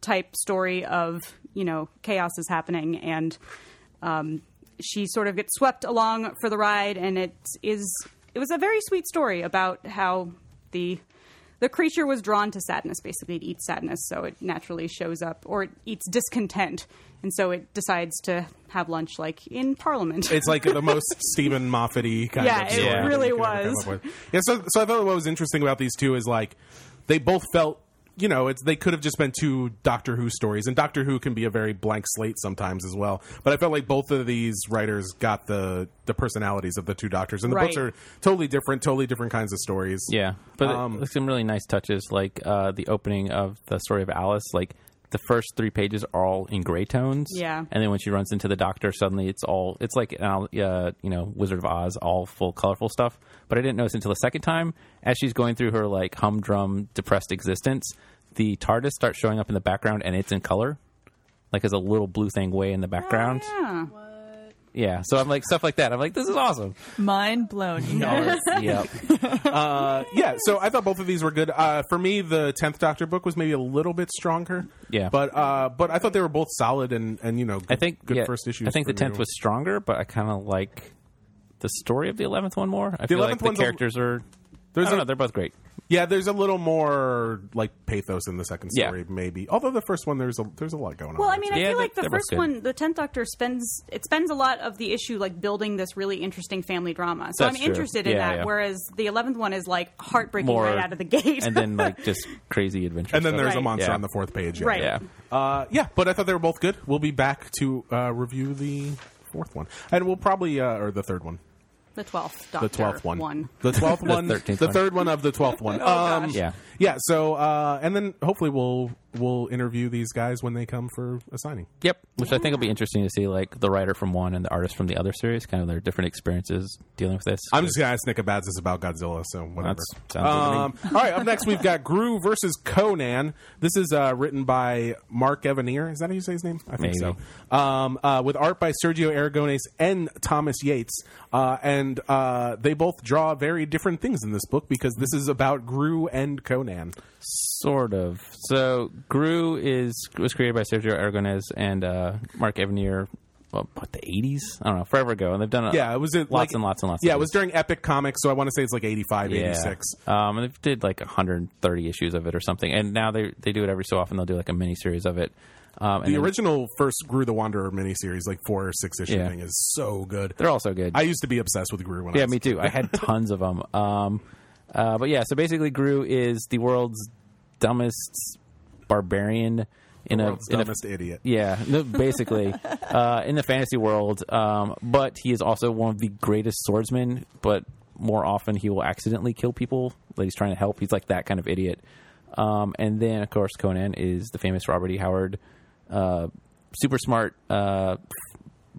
type story of you know chaos is happening, and um, she sort of gets swept along for the ride, and it is it was a very sweet story about how the the creature was drawn to sadness. Basically, it eats sadness, so it naturally shows up, or it eats discontent, and so it decides to have lunch like in Parliament.
It's like the most Stephen Moffat-y kind
Yeah,
of
it
story that
really
you could ever
was.
come up with. Yeah, so so I thought what was interesting about these two is like they both felt you know it's they could have just been two Doctor Who stories, and Doctor Who can be a very blank slate sometimes as well. But I felt like both of these writers got the the personalities of the two Doctors, and the books
Right.
are totally different, totally different kinds of stories.
Yeah, but
Um,
there's some really nice touches, like uh, the opening of the story of Alice. Like the first three pages are all in gray tones.
Yeah.
and then when she runs into the doctor, suddenly it's all it's like an Al- uh, you know Wizard of Oz, all full colorful stuff. But I didn't notice until the second time, as she's going through her like humdrum, depressed existence, the TARDIS starts showing up in the background, and it's in color. Like as a little blue thing way in the background,
Oh, Yeah.
yeah. So I'm like stuff like that. I'm like, this is awesome.
Mind blown. you guys.
yep.
Uh, yeah, so I thought both of these were good. Uh, for me, the Tenth Doctor book was maybe a little bit stronger.
Yeah.
but uh, but I thought they were both solid and and you know good,
I think
good
yeah,
first issues.
I think
for
the
me.
tenth was stronger, but I kind of like the story of the eleventh one more. I feel
11th
like the
one's a-
characters are.
There's
I don't
a-
know. They're both great.
yeah. There's a little more like pathos in the second
Yeah.
story, maybe. Although the first one there's a there's a lot going on.
Well, I
there,
mean,
too.
I
Yeah,
feel
they-
like the
they're both
first
good.
one, the Tenth Doctor spends it spends a lot of the issue like building this really interesting family drama. So
That's
I'm
true.
interested in
Yeah,
that.
yeah.
Whereas the eleventh one is like heartbreaking
More
right out of the gate.
and then like just crazy adventure.
and then
stuff.
there's a
Right.
monster
Yeah.
on the fourth page. Yeah.
Right.
yeah.
Uh, yeah, but I thought they were both good. We'll be back to uh, review the fourth one, and we'll probably uh, or the third one,
the twelfth Doctor,
the twelfth one.
one. Oh,
the twelfth one,
13th
the
one.
third one of the twelfth one. um,
Yeah.
Yeah. So, uh, and then hopefully we'll we'll interview these guys when they come for a signing.
Yep. Which I think will be interesting to see, like the writer from one and the artist from the other series, kind of their different experiences dealing with this.
I'm just gonna ask Nick about this about Godzilla, so whatever.
That's- sounds
um, all right. Up next, we've got Gru versus Conan. This is uh, written by Mark Evanier. Is that how you say his name? I think
Maybe.
so. Um, uh, with art by Sergio Aragones and Thomas Yates, uh, and uh, they both draw very different things in this book because this is about Gru and Conan.
sort of. So Gru is was created by Sergio Aragonés and uh, Mark Evanier. Well, what the 80s? I don't know, forever ago, and they've done a,
Yeah, it was it
lots
like-
and lots and lots.
Yeah,
of
it was
these.
during Epic Comics, so I want to say it's like 85,
Yeah.
86.
Um, and they did like 130 issues of it or something. And now they they do it every so often. They'll do like a mini series of it. Um, and
The
then-
original first Gru the Wanderer miniseries, like four or six issue
Yeah.
thing, is so good.
They're also good.
I used to be obsessed with Gru when I
yeah,
was
me too. I had tons of them. Um, uh, but yeah, so basically, Gru is the world's dumbest barbarian in a
world's
in a
dumbest idiot.
Yeah, no, basically, uh, in the fantasy world. Um, but he is also one of the greatest swordsmen. But more often, he will accidentally kill people that he's trying to help. He's like that kind of idiot. Um, and then, of course, Conan is the famous Robert E. Howard, uh, super smart uh,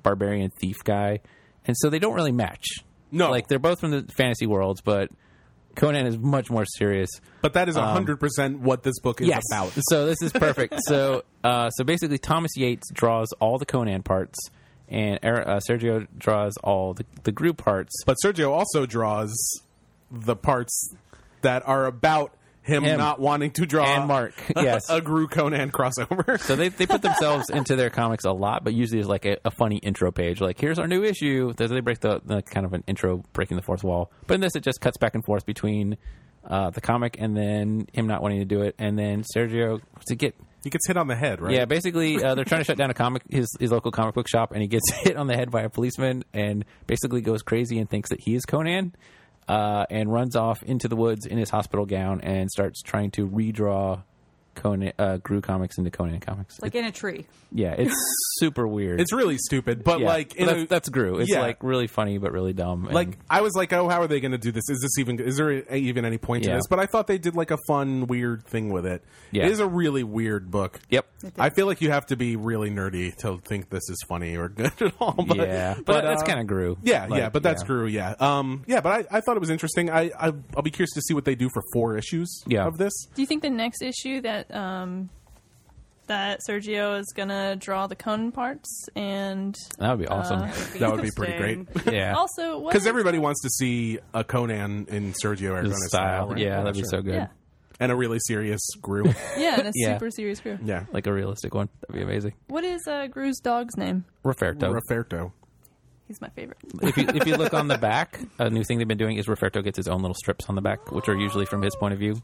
barbarian thief guy. And so they don't really match.
No.
like they're both from the fantasy worlds, but Conan is much more serious.
But that is
Um,
hundred percent what this book is about.
So this is perfect. so uh, so basically, Thomas Yates draws all the Conan parts, and Er- uh, Sergio draws all the the Gru parts.
But Sergio also draws the parts that are about him,
Him.
not wanting to draw
And Mark, yes.
a Gru Conan crossover.
So they, they put themselves into their comics a lot, but usually it's like a, a funny intro page, like here's our new issue. They they break the, the kind of an intro breaking the fourth wall. But in this, it just cuts back and forth between uh, the comic and then him not wanting to do it, and then Sergio to get
he gets hit on the head, right?
Yeah, basically, uh, they're trying to shut down a comic his his local comic book shop, and he gets hit on the head by a policeman, and basically goes crazy and thinks that he is Conan, uh, and runs off into the woods in his hospital gown and starts trying to redraw Conan uh, Gru comics into Conan comics.
Like in a tree.
yeah, it's super weird.
It's really stupid, but
Yeah,
like
but
in
that's,
a-
that's Gru. It's
Yeah.
like really funny but really dumb. and-
like I was like, oh, how are they going to do this? Is this even? Is there a, even any point to
Yeah.
this? But I thought they did like a fun, weird thing with it.
Yeah.
It is a really weird book.
Yep.
I feel like you have to be really nerdy to think this is funny or good at all. But,
yeah, but, that's
uh,
kind of Gru.
Yeah,
Like,
yeah, but that's
yeah.
Gru. Yeah, um, yeah, but I, I thought it was interesting. I, I I'll be curious to see what they do for four issues
Yeah.
of this.
Do you think the next issue that um, that Sergio is gonna draw the Conan parts and
That would be awesome.
That would be pretty great
Interesting.
yeah.
also what
because
is-
everybody wants to see a Conan in Sergio
The
Aragonés style.
style.
right?
Yeah, that'd be
sure.
so good.
yeah
And a really serious Gru.
yeah and a
Yeah.
super serious group.
yeah,
Like a realistic one. That'd be amazing.
What is uh, Gru's dog's name?
Roferto.
Roferto.
He's my favorite.
if you if you look on the back, a new thing they've been doing is Roferto gets his own little strips on the back, which are usually from his point of view.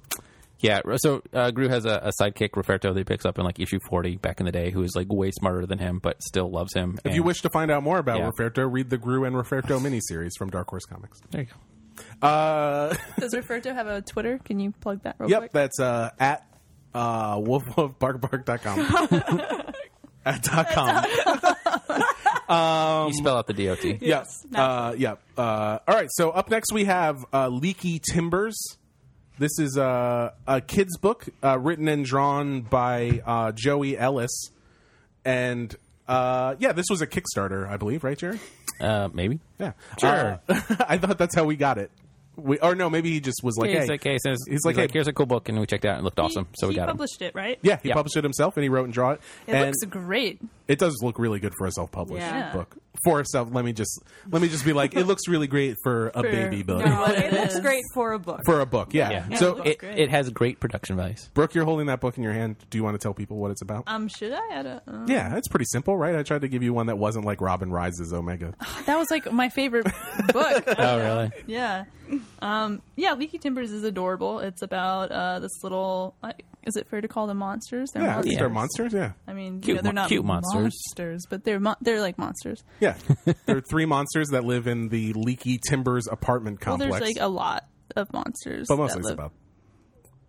Yeah, Ro- so uh, Gru has a, a sidekick, Roferto, that he picks up in like issue 40 back in the day, who is like way smarter than him, but still loves him.
If you wish to find out more about
Yeah.
Roferto, read the Gru and Roferto miniseries from Dark Horse Comics.
There you go.
Uh,
Does Roberto have a Twitter? Can you plug that real
yep,
quick?
that's uh, at uh, wolfwolfbarkbark.com. at dot com.
you spell out the DOT.
Yes. Uh, yeah. Uh, all right. So up next we have uh, Leaky Timbers. This is uh, a kid's book uh, written and drawn by uh, Joey Ellis, and uh, yeah, this was a Kickstarter, I believe, right, Jerry?
Uh, maybe.
Yeah.
Sure.
Uh, I thought that's how we got it. We, or no, maybe he just was like,
Yeah,
hey,
he's like, hey, so he's,
he's like,
like,
hey-
here's a cool book, and we checked it out, and it looked awesome, so we
he
got him.
published it, right?
yeah, he
Yeah.
published it himself and he wrote and draw it.
It
and
looks great.
it does look really good for a self-published
Yeah.
book. For a self, let me just let me just be like, it looks really great for a baby book.
No,
What
it
it
looks
is.
great for a book.
For a book, yeah.
Yeah.
Yeah,
So
it
It,
Great.
it has great production values.
Brooke, you're holding that book in your hand. Do you want to tell people what it's about?
Um, should I? I don't, uh,
yeah, it's pretty simple, right? I tried to give you one that wasn't like Robin Rises Omega.
That was like my favorite book.
Oh, really?
Yeah. Um, yeah, Leaky Timbers is adorable. It's about uh, this little. Like, is it fair to call them monsters? They're
Yeah,
monsters.
they're monsters. Yeah,
I mean,
Cute
you know, they're
mon-
not
cute monsters.
monsters, but they're mon they're like monsters.
yeah. there are three monsters that live in the leaky timbers apartment
Well,
complex.
there's like a lot of monsters.
but mostly it's
that live-
about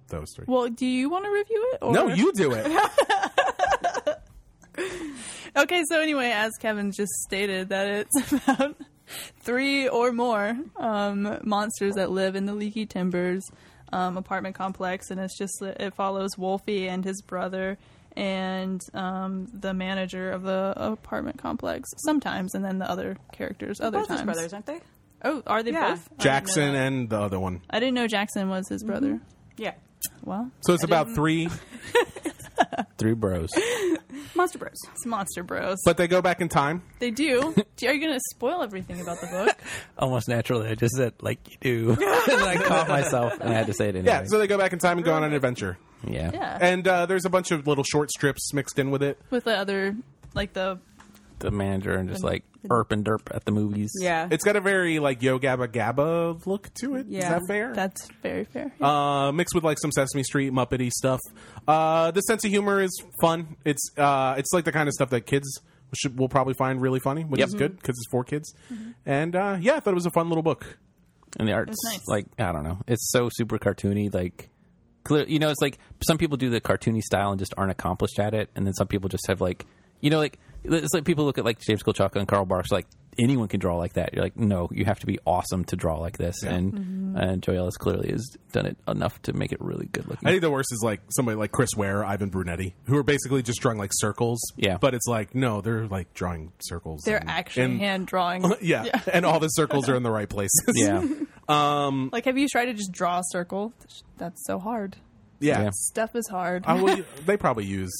those three.
Well, do you want to review it? Or?
no, you do it.
Okay, so anyway, as Kevin just stated, that it's about three or more um, monsters that live in the Leaky Timbers um, apartment complex, and it's just it follows Wolfie and his brother and um, the manager of the apartment complex sometimes, and then the other characters other
Both
times.
his brothers, aren't they?
Oh, are they
Yeah.
both I didn't know
Jackson
that.
and the other one.
I didn't know Jackson was his brother.
Yeah.
Well,
So it's about three,
Three bros.
Monster Bros.
it's Monster Bros.
but they go back in time.
they do. do are you going to spoil everything about the book?
Almost naturally, I just said, like you do. and I caught myself, and I had to say it anyway.
Yeah, so they go back in time and go on an adventure.
yeah.
Yeah,
And uh, there's a bunch of little short strips mixed in with it.
with the other. Like the
The manager and just like erp and derp at the movies.
Yeah.
Uh-huh.
It's got a very like Yo Gabba Gabba look to it. Is
Yeah,
that fair?
That's very fair.
uh, mixed with like some Sesame Street Muppety stuff. Uh, the sense of humor is fun. It's uh, it's like the kind of stuff that kids should, will probably find really funny, which
Yep.
is good because it's for kids.
Mm-hmm.
And uh, yeah, I thought it was a fun little book.
and the art's
nice.
like I don't know. It's so super cartoony. Like clear, you know, it's like some people do the cartoony style and just aren't accomplished at it, and then some people just have like you know, like it's like people look at like James Kolchaka and Carl Barks like anyone can draw like that. You're like, no, you have to be awesome to draw like this, and and Joy Ellis clearly has done it enough to make it really good looking.
I think the worst is like somebody like Chris Ware, Ivan Brunetti, who are basically just drawing like circles.
Yeah.
but it's like no, they're like drawing circles.
They're
and-
actually
and-
hand drawing.
yeah, and all the circles are in the right places.
yeah,
Like, have you tried to just draw a circle? That's so hard.
yeah.
Yeah.
Stuff is hard.
I will, they probably use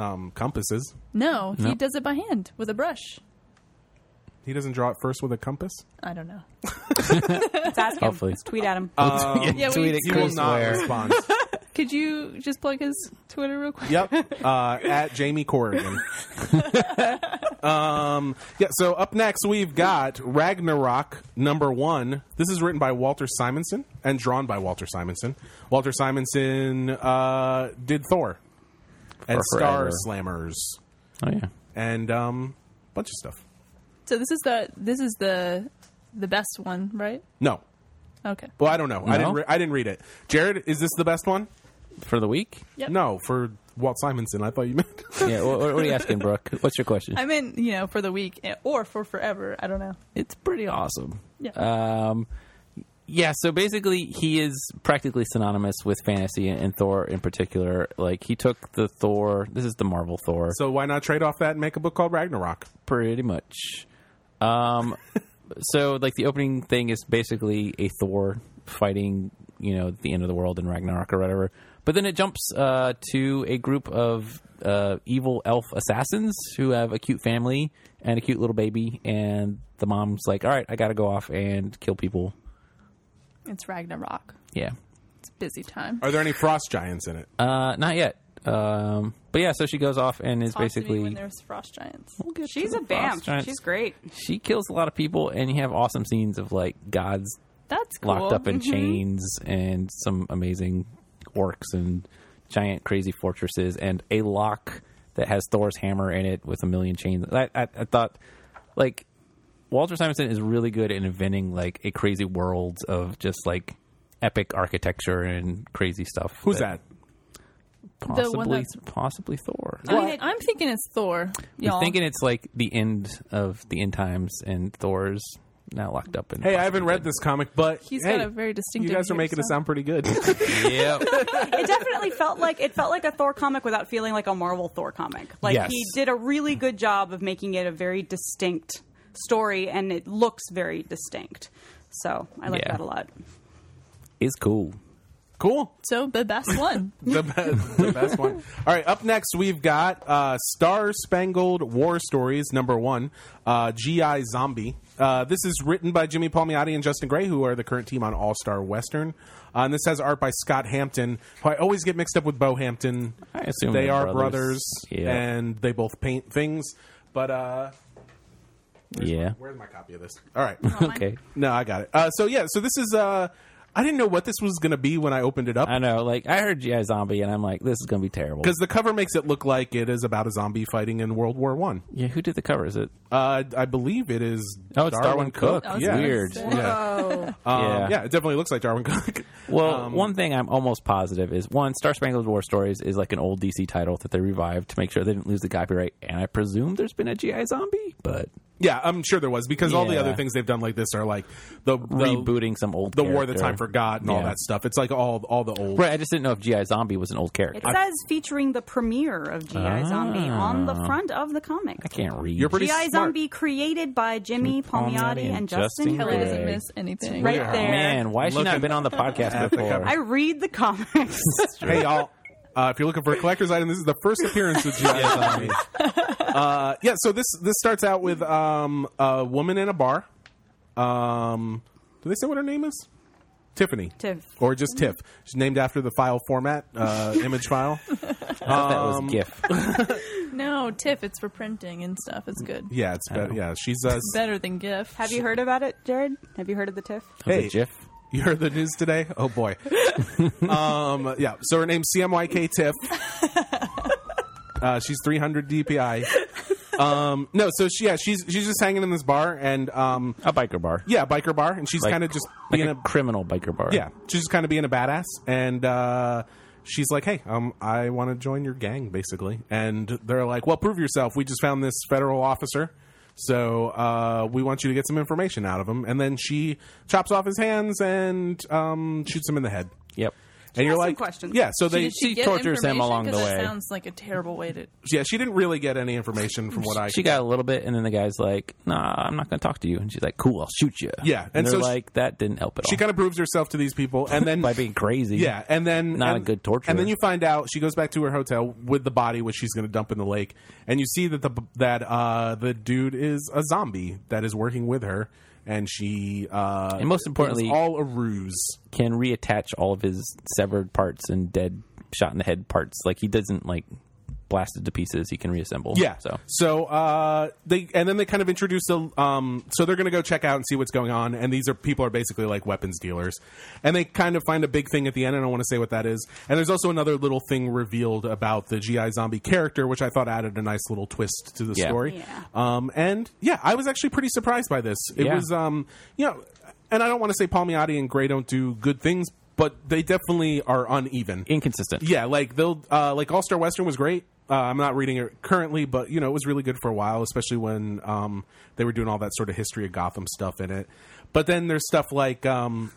um, compasses.
no, he
No.
does it by hand with a brush.
He doesn't draw it first with a compass.
I don't know.
Let's ask him.
Hopefully.
Let's tweet at him.
Uh,
yeah, we-
tweet at
He will
Chris
not
Ware.
respond.
Could you just plug his Twitter real quick?
Yep. Uh, at Jamie Corrigan. um, yeah, so up next we've got Ragnarok number one. This is written by Walter Simonson and drawn by Walter Simonson. Walter Simonson uh, did Thor and
For
Star
forever.
Slammers
Oh yeah,
and um, a bunch of stuff.
So this is the this is the the best one, right?
No.
Okay.
Well, I don't know. I,
No?
didn't re- I didn't read it. Jared, is this the best one?
for the week.
Yep.
No, for Walt Simonson. I thought you meant.
Yeah, what, what are you asking, Brooke? What's your question?
I meant you know for the week eh, or for forever. I don't know.
it's pretty awesome.
Yeah.
Um, yeah. So basically, he is practically synonymous with fantasy and, and Thor in particular. Like he took the Thor. This is the Marvel Thor,
So why not trade off that and make a book called Ragnarok?
pretty much. Um, so like the opening thing is basically a Thor fighting, you know, the end of the world in Ragnarok or whatever. But then it jumps uh, to a group of uh, evil elf assassins who have a cute family and a cute little baby, and the mom's like, "All right, I got to go off and kill people."
It's Ragnarok.
Yeah.
It's busy time.
Are there any frost giants in it?
Uh, not yet. Um, but yeah, so she goes off and is
Talk to me when
basically
there's frost giants.
We'll get to
She's
the
a vamp.
frost giants.
She's great.
she kills a lot of people, and you have awesome scenes of like gods
That's cool. Mm-hmm.
locked up in chains and some amazing orcs and giant crazy fortresses and a lock that has Thor's hammer in it with a million chains. I, I, I thought, like, Walter Simonson is really good at inventing like a crazy world of just like epic architecture and crazy stuff.
Who's that?
Possibly,
The one that's-
possibly Thor.
I mean, I'm thinking it's Thor.
You're
Y'all.
thinking it's like the end of the end times, and Thor's now locked up. And
Hey, I haven't read this comic, but
He's
hey,
got a very
you
distinctive.
guys are
hair
making it
style.
sound pretty good.
Yep.
it definitely felt like it felt like a Thor comic without feeling like a Marvel Thor comic. Like
Yes.
he did a really good job of making it a very distinct story, and it looks very distinct. So I like
Yeah.
that a lot.
it's cool.
cool.
So the best one.
the, be- the best one. All right, up next we've got uh, Star Spangled War Stories number one, uh, GI Zombie. Uh, this is written by Jimmy Palmiotti and Justin Gray, who are the current team on All Star Western. Uh, and this has art by Scott Hampton, who I always get mixed up with Bo Hampton.
I assume
they
they're
are brothers,
brothers. Yeah.
and they both paint things. But uh,
Yeah.
where's my copy of this? All right.
Okay.
No, I got it. Uh, so, yeah, so this is. Uh, I didn't know what this was going to be when I opened it up.
I know. Like I heard GI Zombie, and I'm like, this is gonna be terrible.
because the cover makes it look like it is about a zombie fighting in World War One.
yeah, who did the cover? Is it?
Uh, I believe it is.
Oh, it's Darwin, Cook.
I was
Yeah.
gonna
Weird.
say.
Yeah.
Oh,
Um,
Yeah.
yeah, it definitely looks like Darwin Cook.
Well, Um, one thing I'm almost positive is one Star Spangled War Stories is like an old DC title that they revived to make sure they didn't lose the copyright, and I presume there's been a GI Zombie, but
yeah, I'm sure there was because all the
Yeah.
other things they've done like this are like the, the
rebooting some old
the War the
character.
Time Forgot, and all
Yeah.
that stuff. It's like all all the old.
Right, I just didn't know if GI Zombie was an old character.
it says featuring the premiere of GI Zombie on
Ah.
the front of the comic.
I can't read.
You're pretty
GI
smart.
Zombie created by Jimmy
Palmiotti
Palmiotti
and
and Justin
Justin
Kelly
Gray.
doesn't
Right.
miss anything.
Right
Yeah.
there.
Man, why has she not
Looking-
been on the podcast
At the
before?
cover.
I read the comics.
Hey y'all. Uh, if you're looking for a collector's item, this is the first appearance of GI Zombie. Uh, yeah, so this this starts out with um, a woman in a bar. Um, do they say what her name is? Tiffany.
Tiff.
Or just Tiff. She's named after the file format, uh, image file.
I thought that
Um,
was GIF.
No, TIFF. It's for printing and stuff. It's good.
Yeah, it's better. Yeah, she's. Uh,
Better than GIF.
Have you heard about it, Jared? Have you heard of the TIFF?
Was
Hey.
it GIF?
you heard the news today? Oh boy. um, yeah. So her name's CMYK Tiff. Uh, she's 300 DPI. Um, no, so she yeah she's she's just hanging in this bar and um,
A biker bar.
yeah biker bar and she's
Like-
kind of just
Like
being
a criminal biker bar.
Yeah, she's just kind of being a badass, and uh, she's like, "Hey, um, I want to join your gang, basically." And they're like, "Well, prove yourself. We just found this federal officer, so uh, we want you to get some information out of him." And then she chops off his hands and um, shoots him in the head.
Yep.
and you're
has some
like,
questions.
"Yeah." So they,
Did she,
she
get
tortures him
information?
along the
'Cause
way.
That sounds like a terrible way to.
yeah, she didn't really get any information from what I.
She got a little bit, and then the guy's like, "Nah, I'm not going to talk to you." And she's like, "Cool, I'll shoot you."
Yeah,
and,
and
they're
so she-
like, "That didn't help at all."
she kind of proves herself to these people, and then
by being crazy.
Yeah, and then
Not a
and-
good torturer.
And then you find out she goes back to her hotel with the body, which she's going to dump in the lake. And you see that the that uh, the dude is a zombie that is working with her, and she uh,
And most
it was
importantly-
all a ruse.
can reattach all of his severed parts and dead, shot in the head parts. Like he doesn't like blast it to pieces. He can reassemble.
Yeah.
So
so uh, they and then they kind of introduce the um, so they're going to go check out and see what's going on. And these are people are basically like weapons dealers, and they kind of find a big thing at the end. and I don't want to say what that is. And there's also another little thing revealed about the GI zombie character, which I thought added a nice little twist to the
Yeah.
story.
Yeah.
Um, and yeah, I was actually pretty surprised by this. It
Yeah.
was um, you know, and I don't want to say Palmiotti and Gray don't do good things, but they definitely are uneven.
inconsistent.
Yeah, like they'll uh, like All Star Western was great. Uh, I'm not reading it currently, but you know it was really good for a while, especially when um, they were doing all that sort of history of Gotham stuff in it. But then there's stuff like um,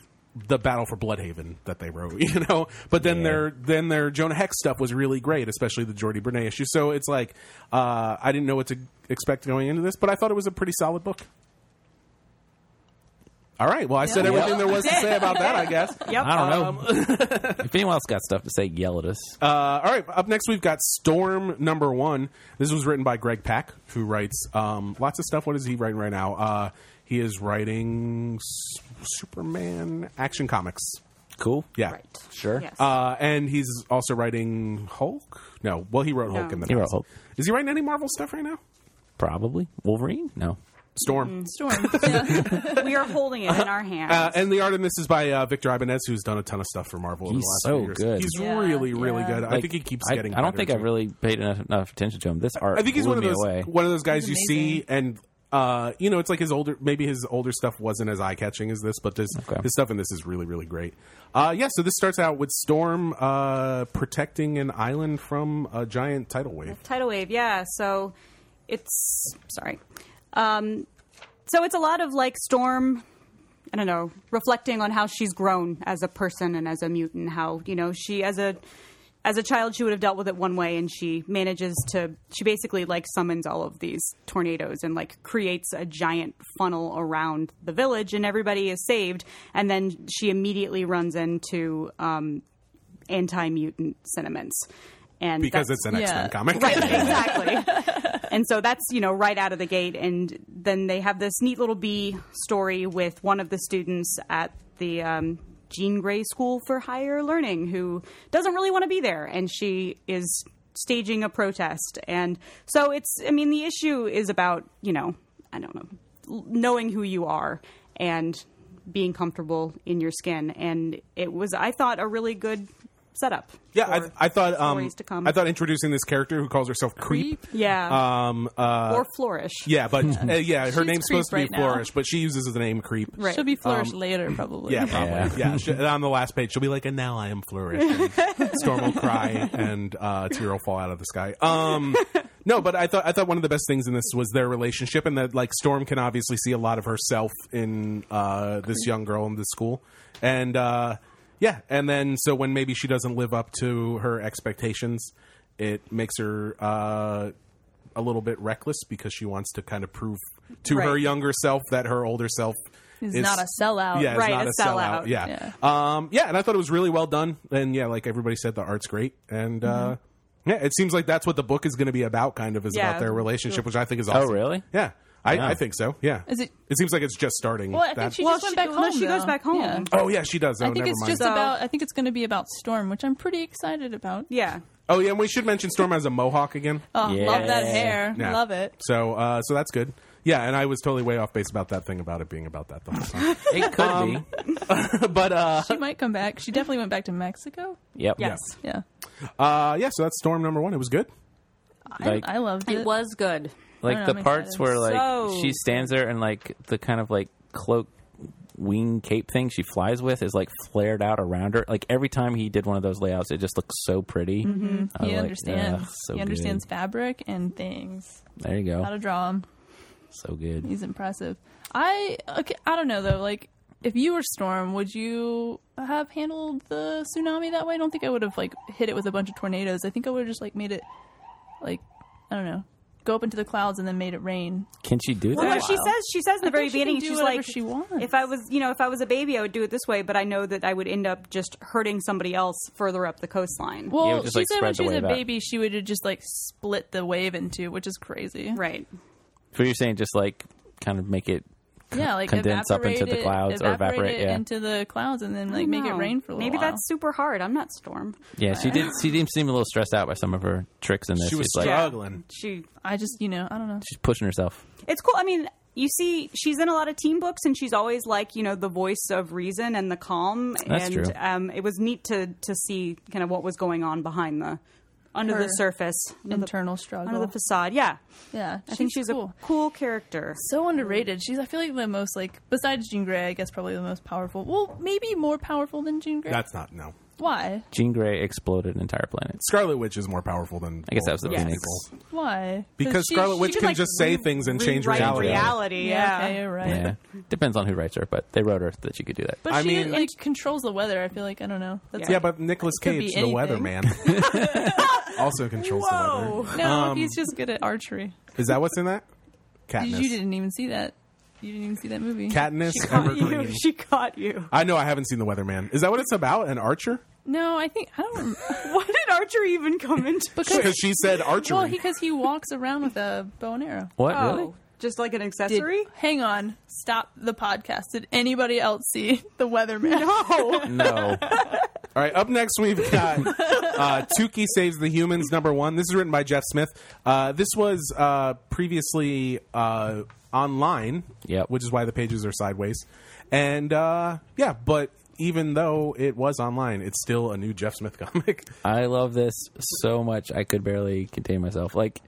the Battle for Bloodhaven that they wrote, you know. But then
Yeah.
their then their Jonah Hex stuff was really great, especially the Jordy Bernay issue. So it's like uh, I didn't know what to expect going into this, but I thought it was a pretty solid book. All right, well I said
Yeah.
everything there was to say about that, I guess.
Yep.
I don't know. if anyone else got stuff to say, yell at us.
um, Uh, all right, up next we've got Storm number one. This was written by Greg Pack, who writes um, lots of stuff. What is he writing right now? Uh, he is writing S- Superman action comics.
cool.
Yeah.
Right.
Sure.
Yes.
Uh, and he's also writing Hulk. No, well, he wrote Hulk
No.
in the
He wrote
past.
Hulk.
Is he writing any Marvel stuff right now?
Probably Wolverine. No.
Storm.
Storm. Yeah.
we are holding it in our hands.
Uh, and the art in this is by uh, Victor Ibanez, who's done a ton of stuff for Marvel over
He's
the last
so
few years.
good.
He's
Yeah,
really, really
yeah.
good. I
Like,
think he keeps
I-
getting.
I, don't
better,
think I
too.
really paid enough, enough attention to him. This art
I think he's
blew
one of
me
those
away.
one of those guys you
He's
see
amazing.
and uh, you know it's like his older maybe his older stuff wasn't as eye catching as this, but this
Okay.
his stuff in this is really really great. Uh, yeah, so this starts out with Storm uh, protecting an island from a giant tidal wave.
Tidal wave, yeah. So it's sorry. Um, so it's a lot of like storm. I don't know, reflecting on how she's grown as a person and as a mutant. How you know she as a as a child she would have dealt with it one way, and she manages to. She basically like summons all of these tornadoes and like creates a giant funnel around the village, and everybody is saved. And then she immediately runs into um, anti mutant sentiments. And
Because
that's-
it's an X Men
yeah.
comic.
Right, exactly. and so that's, you know, right out of the gate. And then they have this neat little B story with one of the students at the um, Jean Grey School for Higher Learning who doesn't really want to be there. And she is staging a protest. And so it's, I mean, the issue is about, you know, I don't know, l- knowing who you are and being comfortable in your skin. And it was, I thought, a really good setup.
Yeah,
for
I, I thought um,
stories to come.
I thought introducing this character who calls herself Creep.
yeah.
Um, uh,
or flourish.
yeah, but uh, yeah, her
She's
name's
Creep
supposed to be
right now.
Flourish, but she uses the name Creep.
Right.
She'll be flourished later, probably.
Um, Yeah, probably. Yeah, she- on the last page, she'll be like, "And now I am flourishing." Storm will cry, and uh, a tear will fall out of the sky. Um, no, but I thought I thought one of the best things in this was their relationship, and that like Storm can obviously see a lot of herself in uh, this young girl in the school, and uh, yeah, and then so when maybe she doesn't live up to her expectations, it makes her. Uh, a little bit reckless because she wants to kind of prove to her
Right.
younger self that her older self
Is
is
not a sellout.
yeah, it's
Right,
not
a
a sellout.
sellout.
Yeah. Um, yeah, and I thought it was really well done. And yeah, like everybody said, the art's great. And uh,
Mm-hmm.
yeah, it seems like that's what the book is going to be about. Kind of is
Yeah.
about their relationship, which I think is
Oh,
awesome.
really?
Yeah, I,
Yeah.
I think so. Yeah.
Is it-
It seems like it's just starting.
Well, I think
That-
she
Well,
just went
she-
back
well,
home.
she goes
though.
back home.
Yeah.
oh yeah, she does. Oh,
I think
never
it's
mind.
just
So-
about. I think it's going to be about Storm, which I'm pretty excited about.
Yeah.
oh yeah, and we should mention Storm has a mohawk again.
Oh,
Yeah.
love that hair.
Yeah.
Love it.
So uh, so that's good. Yeah, and I was totally way off base about that thing about it being about that the whole time.
It could
Um,
be.
but uh,
She might come back. She definitely went back to Mexico.
Yep.
Yes.
Yeah,
uh, yeah, so that's Storm number one. It was good.
Like-
I, I loved it.
It was good.
Like
I don't know,
the
I'm
parts
excited.
where like
So-
she stands there and like the kind of like cloak wing cape thing she flies with is like flared out around her. Like every time he did one of those layouts, it just looks so pretty. Mm-hmm.
He understands.
so
he understands fabric and things.
Good. There you
How
go.
to draw them.
So good.
He's impressive. I okay, I don't know though. Like if you were Storm, would you have handled the tsunami that way? I don't think I would have like hit it with a bunch of tornadoes. I think I would have just like made it like I don't know, go up into the clouds and then made it rain.
Can she do
Well,
that?
what she says, she says in the
I
very
think she can
beginning,
do
she's
whatever
like,
she wants.
"If I was, you know, if I was a baby, I would do it this way, but I know that I would end up just hurting somebody else further up the coastline."
Well,
just,
she
like,
said when
spread the
she was a
wave out.
baby, she would have just like split the wave in two, which is crazy.
right.
So you're saying just like kind of make it
Yeah, like
Condense up into
evaporate
the
it-
clouds or evaporate,
it
yeah.
into the clouds and then like make it
No.
rain for a little
Maybe
while.
that's super hard. I'm not Storm.
Yeah, she did she did seem a little stressed out by some of her tricks in this.
She was
she's like
Yeah.
struggling.
She.
I just you know I don't know.
she's pushing herself.
It's cool. I mean. You see, she's in a lot of teen books, and she's always like, you know, the voice of reason and the calm.
That's
and
true.
Um, it was neat to to see kind of what was going on behind the, under
Her
the surface, under the,
Internal struggle.
under the facade. Yeah,
yeah,
I think she's
cool.
a cool character.
so underrated. She's I feel like the most like besides Jean Grey, I guess probably the most powerful. Well, maybe more powerful than Jean Grey.
That's not no.
Why?
Jean Grey exploded an entire planet.
Scarlet Witch is more powerful than
I guess that was the
most
Phoenix.
people.
Why?
Because
she-
Scarlet
she
Witch
could,
can
like,
just say
re-
things and
Rewrite
change reality.
reality,
Yeah,
yeah.
okay, you're right.
Yeah. Depends on who writes her, but they wrote her that she could do that.
But
I
she
mean-
like controls the weather. I feel like I don't know. That's
Yeah, but Nicolas
could be
Cage, the
anything.
weatherman, also controls the
Whoa.
weather.
no, he's just good at archery.
Is that what's in that?
You,
Katniss.
you didn't even see that. You didn't even see that movie.
Katniss
She caught you.
Evergreen.
she caught you.
I know I haven't seen the weatherman. Is that what it's about? An archer?
No, I think I don't.
Why did Archer even come into?
Because
Because she said archery.
well, because he walks around with a bow and arrow.
What
oh,
really?
just like an
Did-
accessory?
hang on, stop the podcast. Did anybody else see the weatherman?
no.
No.
All right, up next we've got uh, Tuki Saves the Humans, number one. This is written by Jeff Smith. Uh, this was uh, previously uh, online,
Yep.
which is why the pages are sideways. And uh, yeah, but even though it was online, it's still a new Jeff Smith comic.
I love this so much. I could barely contain myself. Like,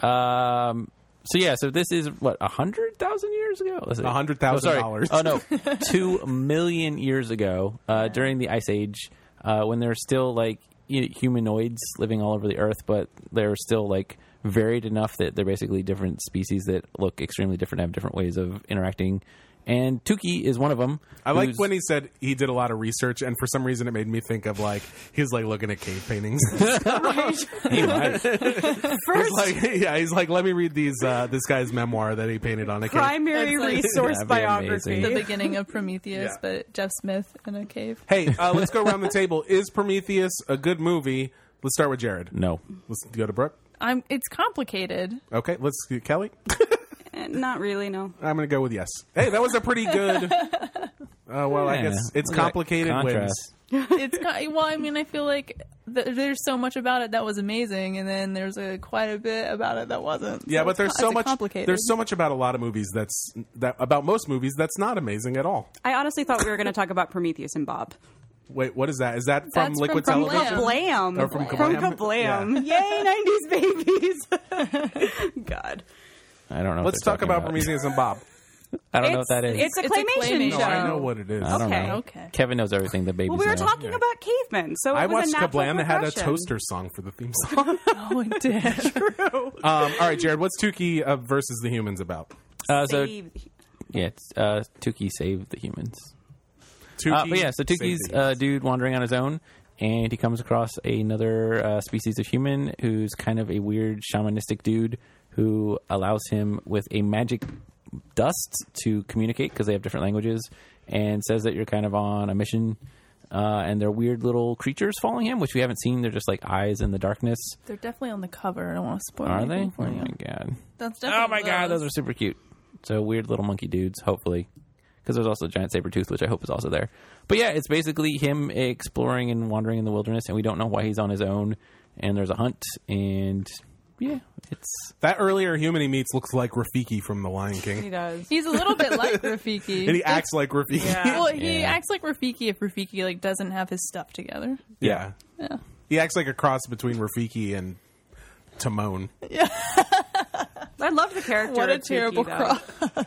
um, so yeah. So this is what a hundred thousand years ago. Let's see.
$100,000.
Oh, sorry. Oh no, two million years ago, uh, during the Ice Age, uh, when there were still like hu- humanoids living all over the Earth, but they're still like varied enough that they're basically different species that look extremely different, have different ways of interacting. And Tuki is one of them.
I like
who's-
when he said he did a lot of research, and for some reason it made me think of like he's like looking at cave paintings.
First
He's like, yeah, he's like, let me read these uh, this guy's memoir that he painted on a cave.
primary
That's like-
resource
That'd be
biography.
amazing.
the beginning of Prometheus,
Yeah.
but Jeff Smith in a cave.
Hey, uh, let's go around the table. Is Prometheus a good movie? Let's start with Jared.
No,
Let's go to Brooke.
I'm. It's complicated.
Okay, let's Kelly.
Eh, Not really, no.
I'm going to go with yes. Hey, that was a pretty good. Uh, well, I guess
Yeah.
it's
Look at that
complicated. Wins.
contrast.
It's co- well. I mean, I feel like th- there's so much about it that was amazing, and then there's a quite a bit about it that wasn't.
Yeah,
So
but
it's
there's
co-
so
it's
much.
complicated.
There's so much about a lot of movies that's that about most movies that's not amazing at all.
I honestly thought we were going to talk about Prometheus and Bob.
Wait, what is that? Is that from
That's from-
Liquid
from
Television?
Lamb.
Blam.
Or Oh, from Kablam.
Kablam. Yay, 90s babies. God.
I don't know. what
Let's
they're
talk
talking
about Prometheus and Bob.
I don't know what that is.
It's a
It's a
claymation
claymation.
show.
No,
I know what it is.
I don't
Okay.
know.
Okay.
Kevin knows everything. The babies.
Well, we were
know.
talking about cavemen, so it
I
was
watched
a natural
Kablam that had a
progression.
toaster song for the theme song.
oh, it did.
um, all right, Jared, what's Tuki uh, versus the humans about?
Uh, so
Save-
yeah, it's, uh, Tuki saved the humans.
Tuki,
Uh, but yeah, so
save the
Tuki's
humans.
uh, dude wandering on his own, and he comes across another uh, species of human who's kind of a weird shamanistic dude who allows him with a magic dust to communicate because they have different languages, and says that you're kind of on a mission. Uh, and they're weird little creatures following him, which we haven't seen. They're just like eyes in the darkness.
They're definitely on the cover. I don't want to spoil.
Are they?
anything
Oh
For you.
my god.
That's definitely.
Oh my god, those are super cute. So weird little monkey dudes, hopefully. Because there's also a giant saber tooth, which I hope is also there. But yeah, it's basically him exploring and wandering in the wilderness, and we don't know why he's on his own. And there's a hunt, and yeah, it's
That earlier human he meets looks like Rafiki from The Lion
He
King.
does.
He's a little bit like Rafiki.
And he acts like Rafiki. Yeah.
Well, he
Yeah.
acts like Rafiki if Rafiki like doesn't have his stuff together.
yeah. He acts like a cross between Rafiki and Timon.
I love the character.
What a
of Tuki,
terrible
though.
cross.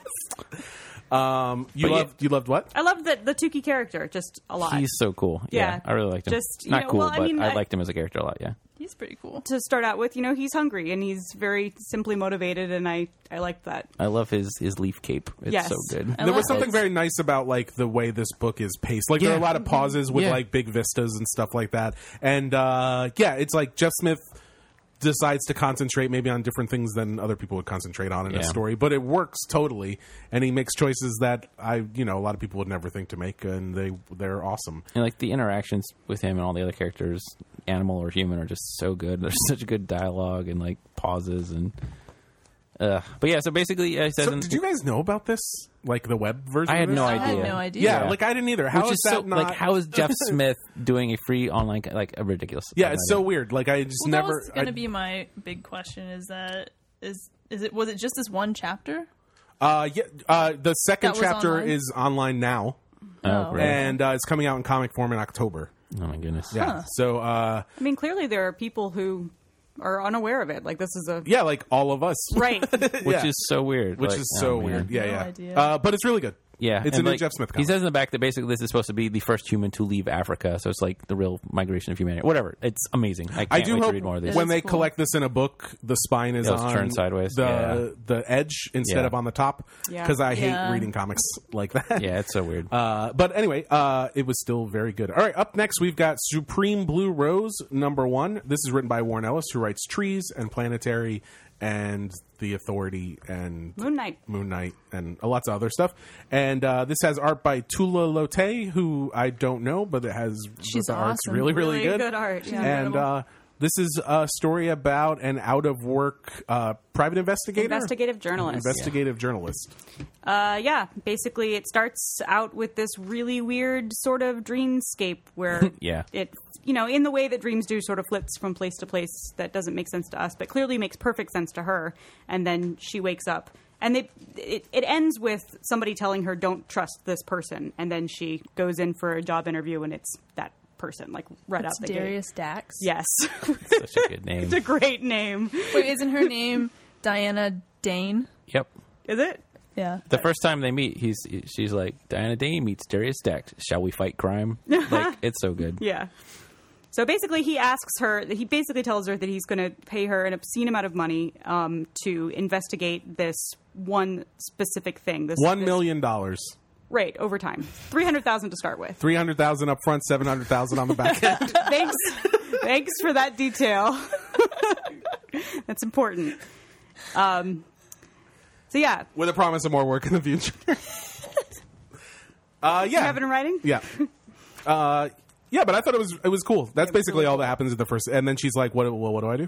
Um, you
But
loved you loved what?
I love the, the Tuki character just a lot.
he's so cool. Yeah,
Yeah.
I really liked him.
Just, you
Not
know,
cool,
well, I
but I,
mean, I-
liked him as a character a lot. Yeah,
He's pretty cool.
to start out with, you know, he's hungry and he's very simply motivated, and I I like that.
I love his his leaf cape. It's
Yes.
so good.
there
I
was
love
something
it.
very nice about like the way this book is paced. Like there are a
Yeah.
lot of pauses with
Yeah.
like big vistas and stuff like that. And uh, yeah, it's like Jeff Smith decides to concentrate maybe on different things than other people would concentrate on in a
Yeah.
story, but it works totally. And he makes choices that I, you know, a lot of people would never think to make, and they they're awesome.
And like the interactions with him and all the other characters, animal or human, are just so good. There's such good dialogue and like pauses and. Uh, but yeah, so basically, I said
So, did you guys know about this? Like the web version?
I
of
had
this?
no
I
idea.
had no idea.
Yeah, like I didn't either. How is
Which is
that
so
not
like how is Jeff Smith doing a free online like a ridiculous?
Yeah, it's so weird. Like I just
Well,
never.
that was going
I-
to be my big question. Is that is is it was it just this one chapter?
Uh, yeah, uh, the second
That was
chapter
online?
is online now,
Oh, great.
and uh, it's coming out in comic form in October.
oh my goodness.
Yeah.
Huh.
So, uh,
I mean, clearly there are people who are unaware of it. Like this is a
yeah, like all of us,
right.
Which
Yeah.
is so weird.
Which
like,
is
oh,
so
man.
weird. Yeah,
No
yeah.
idea.
Uh, but it's really good.
Yeah,
it's a
and,
new
like,
Jeff Smith
He
comic.
says in the back that basically this is supposed to be the first human to leave Africa, so it's like the real migration of humanity. Whatever, it's amazing. I can't
I do
wait
hope
to read more of these.
when they
That's cool.
collect this in a book, the spine is
Yeah, it's
on
turned sideways.
the
Yeah.
the edge instead
Yeah.
of on the top
Yeah.
because I hate
Yeah.
reading comics like that.
yeah, it's so weird.
Uh, but anyway, uh, it was still very good. All right, up next we've got Supreme Blue Rose number one. This is written by Warren Ellis, who writes Trees and Planetary and The Authority and
Moon Knight.
Moon Knight and lots of other stuff. And uh, this has art by Tula Lote, who I don't know, but it has
She's
the art's
awesome.
really really,
Really good art, yeah.
And uh, This is a story about an out of work uh, private investigator,
Investigative journalist.
investigative journalist.
Uh, yeah, basically, it starts out with this really weird sort of dreamscape where
Yeah.
it, you know, in the way that dreams do, sort of flips from place to place that doesn't make sense to us, but clearly makes perfect sense to her. And then she wakes up, and they, it, it ends with somebody telling her, "Don't trust this person," and then she goes in for a job interview, and it's that person, like right out the gate.
Darius Dax.
Yes,
Such a good name.
it's a great name.
Wait, isn't her name Diana Dane?
Yep.
Is it?
Yeah.
The first time they meet, he's she's like Diana Day meets Darius Dax. Shall we fight crime? like it's so good.
Yeah. So basically, he asks her. He basically tells her that he's going to pay her an obscene amount of money um, to investigate this one specific thing. This
One
this-
million dollars,
right over time, three hundred thousand to start with.
three hundred thousand up front, seven hundred thousand on the back. end.
Thanks, thanks for that detail. That's important. Um, so yeah,
with a promise of more work in the future. uh, yeah,
have it in writing.
Yeah. Uh, yeah, but I thought it was it was cool. That's basically all that happens at the first. And then she's like, "What? Well, what do I do?"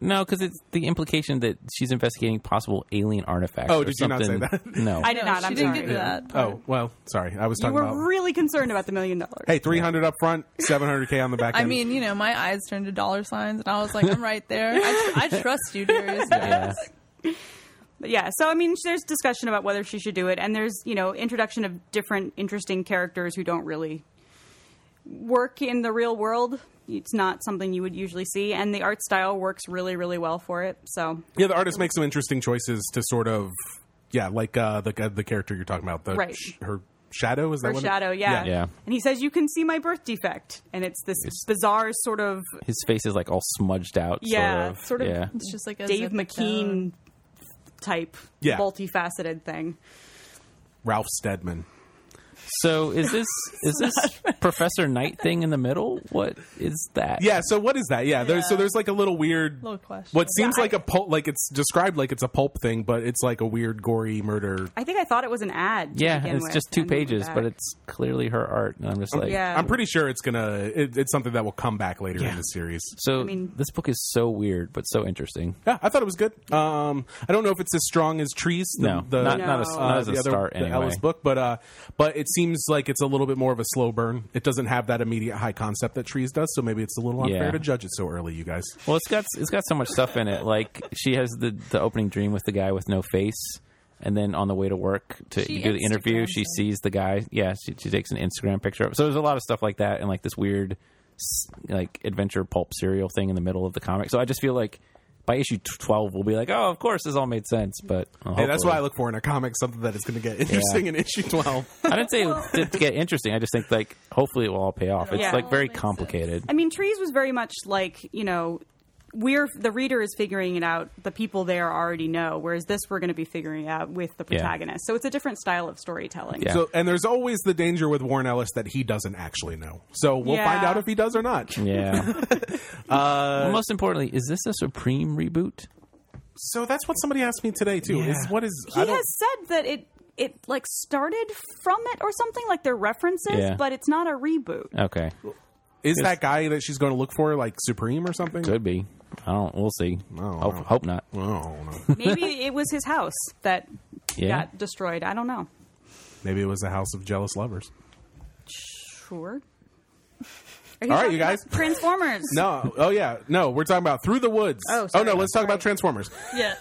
No, because it's the implication that she's investigating possible alien artifacts.
Oh,
or
did you not say
something.
that?
No.
I did not.
she
I'm
didn't
sorry.
get to that.
Oh, well, sorry, I was
Uh, You
talking
were
about.
really concerned about the million dollars.
hey, three hundred up front, seven hundred k on the back.
I
end.
mean, you know, my eyes turned to dollar signs, and I was like, I'm right there. I, I trust you, Darius.
Yeah.
But yeah, so I mean, there's discussion about whether she should do it, and there's you know introduction of different interesting characters who don't really work in the real world. It's not something you would usually see, and the art style works really, really well for it. So
yeah, the artist makes some interesting choices to sort of, yeah, like uh, the the character you're talking about, the
Right.
her shadow is that
her
what it-
shadow, yeah.
Yeah.
and he says you can see my birth defect, and it's this bizarre sort of
His face is like all smudged out.
Yeah,
Sort of.
sort of-
Yeah.
It's just like a
Dave
zip down.
McKean type,
Yeah.
multifaceted thing.
Ralph Steadman.
So is this is this Professor Knight thing in the middle? What is that?
Yeah. So what is that? Yeah. There's so
Yeah.
there's like a little weird.
Little question.
What seems
Yeah, I-
like a pulp, like it's described like it's a pulp thing, but it's like a weird, gory murder
I think I thought it was an ad. to
Yeah,
begin
and it's
with,
just two
and then went
pages, but
back.
it's clearly her art, and I'm just like,
Yeah.
I'm pretty sure it's gonna. It, it's something that will come back later in
Yeah.
the series.
So
mean-
this book is so weird, but so interesting.
Yeah, I thought it was good. Um, I don't know if it's as strong as Trees. The,
no,
the,
not, not, as,
No.
not as a
the other
start
the
anyway.
Ellis book, but uh, but it seems like it's a little bit more of a slow burn. It doesn't have that immediate high concept that Trees does, so maybe it's a little unfair
Yeah.
to judge it so early, you guys.
Well, it's got it's got so much stuff in it. Like she has the the opening dream with the guy with no face, and then on the way to work to
She
do the interview,
Instagrams
she
him.
sees the guy. Yeah, she, she takes an Instagram picture. of So there's a lot of stuff like that, and like this weird s- like adventure pulp serial thing in the middle of the comic. So I just feel like by issue t- 12 we'll be like, oh, of course this all made sense. But well,
Hey, that's
hopefully-
what I look for in a comic, something that is going to get interesting in issue 12.
I didn't say it did get interesting. I just think like hopefully it will all pay off. It's
Yeah.
like
All
very
makes sense.
complicated.
I mean, Trees was very much like you know, we're the reader is figuring it out. The people there already know. Whereas this, we're going to be figuring it out with the
Yeah.
protagonist. So it's a different style of storytelling.
Yeah.
So, and there's always the danger with Warren Ellis that he doesn't actually know. So we'll
Yeah.
find out if he does or not.
Yeah.
Uh,
Well, most importantly, is this a Supreme reboot?
So that's what somebody asked me today too. Is what is
He
I don't,
has said that it it like started from it or something like their references,
Yeah.
but it's not a reboot.
Okay,
Is that guy that she's going to look for like Supreme or something?
could be. I don't. We'll see.
No,
hope,
no.
hope not.
Oh, I don't know.
Maybe it was his house that
Yeah.
got destroyed. I don't know.
Maybe it was the House of Jealous Lovers.
Sure.
All right, you guys.
Transformers.
No, oh yeah, no. We're talking about Through the Woods.
Oh, sorry.
no, let's talk about Transformers.
Yeah.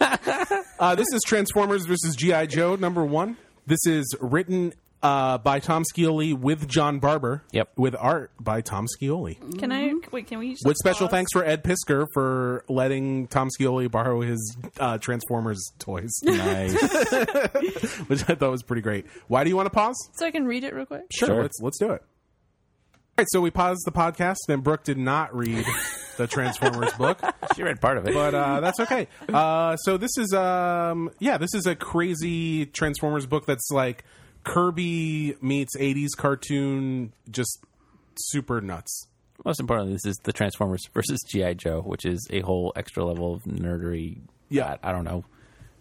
Uh, this is Transformers versus GI Joe number one. This is written uh, by Tom Scioli with John Barber.
Yep.
With art by Tom Scioli.
Can I? Wait, can we? Just
With special
pause?
thanks for Ed Pisker for letting Tom Scioli borrow his uh, Transformers toys,
Nice.
which I thought was pretty great. Why do you want to pause?
So I can read it real quick.
Sure,
Sure.
let's let's do it. All right, so we paused the podcast, and Brooke did not read the Transformers book,
she read part of it.
but uh, that's okay. Uh, so this is um yeah, this is a crazy Transformers book that's like Kirby meets '80s cartoon, just super nuts.
most importantly, this is the Transformers versus GI Joe, which is a whole extra level of nerdery.
Yeah.
I, I don't know.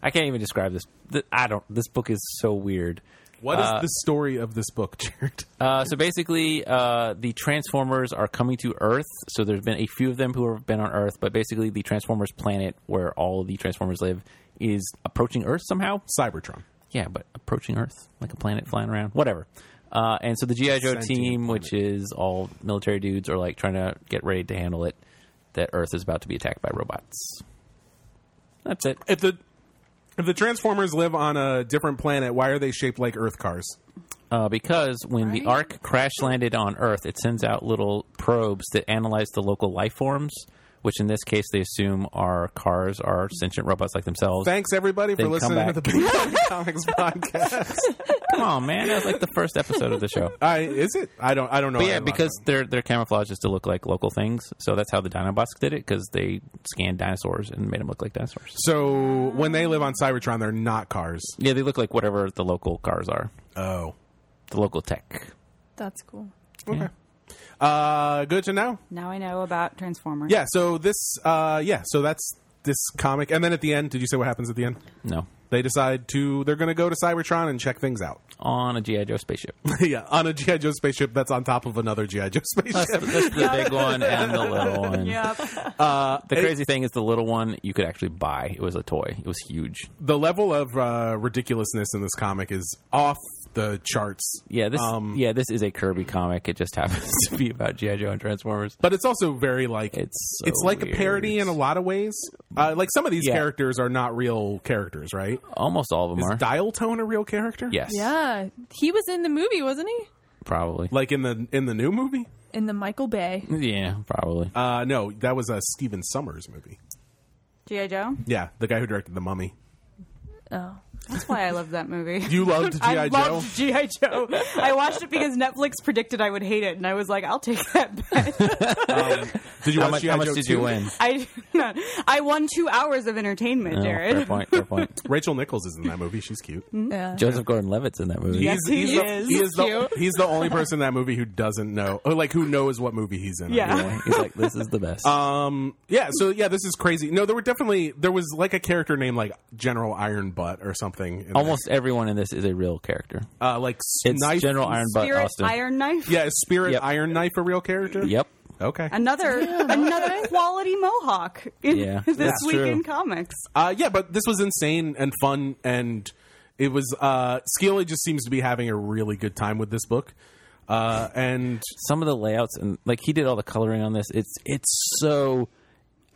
I can't even describe this. Th- I don't. This book is so weird.
What is the story of this book, Jared?
Uh, so basically, uh, the Transformers are coming to Earth. So there's been a few of them who have been on Earth, but basically, the Transformers planet where all the Transformers live is approaching Earth somehow.
Cybertron.
Yeah, but approaching Earth like a planet flying around, whatever. Uh, and so the GI Joe
Sentient
team, which is all military dudes, are like trying to get ready to handle it. That Earth is about to be attacked by robots. That's it.
If the if the Transformers live on a different planet, why are they shaped like Earth cars?
Uh, because when the
Right.
Ark crash landed on Earth, it sends out little probes that analyze the local life forms, which in this case they assume are cars are sentient robots like themselves.
Thanks everybody for
Then come
listening to
back.
the Big Bang Comics podcast.
Come on, man, that was like the first episode of the show.
I, is it? I don't. I don't know.
But
I
yeah,
don't
because their their camouflage is to look like local things, so that's how the Dinobots did it because they scanned dinosaurs and made them look like dinosaurs.
So when they live on Cybertron, they're not cars.
Yeah, they look like whatever the local cars are,
Oh,
the local tech.
That's cool.
okay. Uh, good to know.
Now I know about Transformers.
Yeah. So this. Uh, yeah. So that's this comic, and then at the end, did you say what happens at the end?
No,
They decide to. They're going to go to Cybertron and check things out.
on a GI Joe spaceship.
yeah, on a GI Joe spaceship that's on top of another GI Joe
That's,
spaceship.
that's the big one and the little one. The
It-
crazy thing is the little one you could actually buy. It was a toy. It was huge.
the level of uh, ridiculousness in this comic is off the charts.
Yeah, this
Um,
yeah this is a Kirby comic. It just happens to be about GI Joe and Transformers.
But it's also very like
It's so
it's like
weird.
a parody in a lot of ways. Uh, like some of these
Yeah.
characters are not real characters, right?
Almost all of them
Is
are.
Dial Tone a real character?
yes.
Yeah, he was in the movie, wasn't he?
Probably.
Like in the in the new movie?
In the Michael Bay.
Yeah. Probably.
Uh, no, that was a Steven Summers movie.
GI Joe.
Yeah, the guy who directed The Mummy.
Oh,
That's why I loved that movie.
You loved GI
I
Joe.
loved GI Joe. I watched it because Netflix predicted I would hate it, and I was like, "I'll take that." Bet.
Did you
how
watch
much,
G.I.
how much
Joe
did
2?
you win?
I I won two hours of entertainment,
No,
Jared.
Oh, fair point. Fair point.
Rachel Nichols is in that movie. She's cute.
yeah.
Joseph Gordon-Levitt's in that movie.
Yes, he
he's The,
is.
he is the,
Cute.
he's the only person in that movie who doesn't know, or like who knows what movie he's in.
Yeah.
Yeah, He's like, this is the best.
Um. Yeah. So yeah, this is crazy. No, there were definitely there was like a character named like General Iron Butt or something. in there.
Almost everyone in this is a real character.
uh, like
It's
knife.
General Iron Butt
Spirit
Austin.
Iron Knife.
yeah, is Spirit
Yep.
Iron Knife a real character?
Yep.
Okay.
Another another quality mohawk in
Yeah,
this
that's
week
true.
in comics.
Uh, yeah, but this was insane and fun, and it was. Uh, Skeely just seems to be having a really good time with this book, uh, and
some of the layouts and like he did all the coloring on this. It's it's so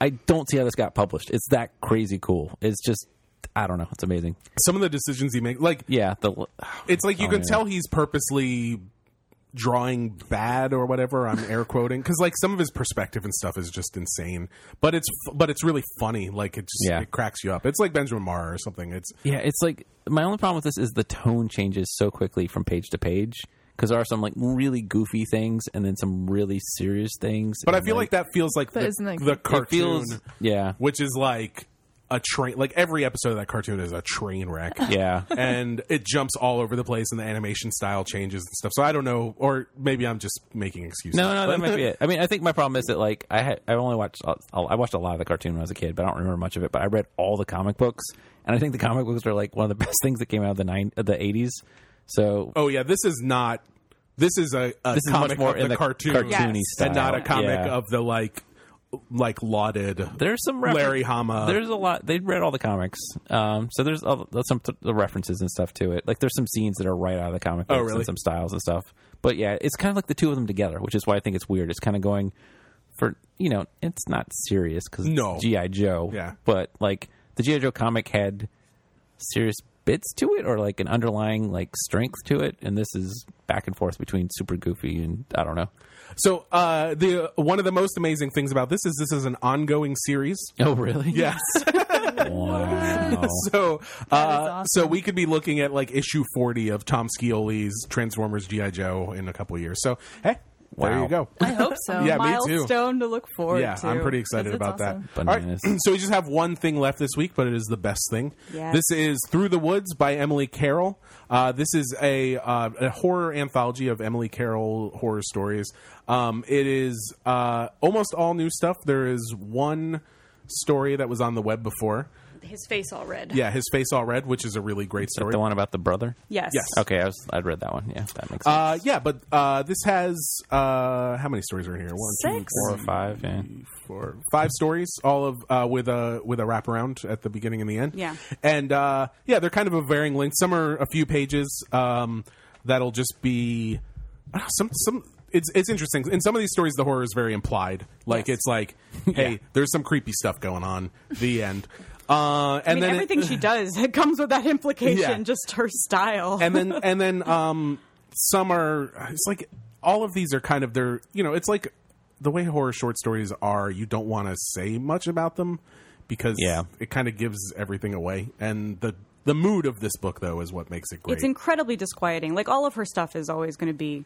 I don't see how this got published. It's that crazy cool. It's just I don't know. It's amazing.
some of the decisions he makes, like
Yeah, the
It's like you
Oh,
can
yeah.
tell he's purposely drawing bad or whatever. I'm air quoting because like some of his perspective and stuff is just insane, but it's f- but it's really funny. Like it just
Yeah.
it cracks you up. It's like Benjamin Mara or something. It's
yeah. It's like my only problem with this is the tone changes so quickly from page to page because there are some like really goofy things and then some really serious things.
but I
and,
feel like, that feels like
But
the,
isn't that-
the
It
cartoon,
feels yeah
which is like a train. Like every episode of that cartoon is a train wreck.
yeah.
And it jumps all over the place, and the animation style changes and stuff. So I don't know, or maybe I'm just making excuses.
No, no,
But-
that might be it. I mean, I think my problem is that like I had I only watched a- I watched a lot of the cartoon when I was a kid, but I don't remember much of it. But I read all the comic books, and I think the comic books are like one of the best things that came out of the nine of the eighties. So
Oh yeah, this is not. This is a, a
this is
comic
much more
of
in
the
the
cartoon,
cartoony
Yes. And
style,
and not a comic
Yeah.
of the like, like lauded.
There's some refer-
Larry Hama.
There's a lot. They read all the comics, um, so there's, a, there's some th- the references and stuff to it. Like there's some scenes that are right out of the comic books
Oh, really?
and some styles and stuff. But yeah, it's kind of like the two of them together, which is why I think it's weird. It's kind of going for you know, it's not serious because
No.
GI Joe.
Yeah.
but like the GI Joe comic had serious bits to it or like an underlying like strength to it and this is back and forth between super goofy and i don't know
So uh, the one of the most amazing things about this is this is an ongoing series.
oh really
Yes.
wow.
so uh,
That is
so we could be looking at like issue forty of Tom Scioli's Transformers GI Joe in a couple years. So hey, there
Wow.
you go.
I hope so.
Yeah, me too.
Milestone to look forward
yeah,
to.
I'm pretty excited
It's
about
awesome.
that. All right,
Bananas.
so we just have one thing left this week, but it is the best thing.
Yes.
This is Through the Woods by Emily Carroll. Uh, this is a, uh, a horror anthology of Emily Carroll horror stories. Um, it is uh, almost all new stuff. There is one story that was on the web before.
His face all red.
Yeah, his face all red, which is a really great
Is that
story.
the one about the brother?
Yes.
Yes.
Okay, I was I'd read that one. Yeah, that makes sense.
Uh, yeah, but uh, this has uh, how many stories are here? One, two,
Six.
Four or five. Yeah.
four, five stories, all of uh, with a with a wraparound at the beginning and the end.
Yeah.
and uh, yeah, they're kind of of varying length. Some are a few pages. Um, that'll just be I don't know, some some. It's it's interesting. In some of these stories, the horror is very implied. Like
Yes.
it's like, hey, there's some creepy stuff going on. The end. Uh, and
I mean,
then it-
everything she does, it comes with that implication,
Yeah.
just her style.
and then and then um some are it's like all of these are kind of they're you know it's like the way horror short stories are you don't want to say much about them because
Yeah.
it kind of gives everything away and the the mood of this book though is what makes it great
It's incredibly disquieting. Like all of her stuff is always going to be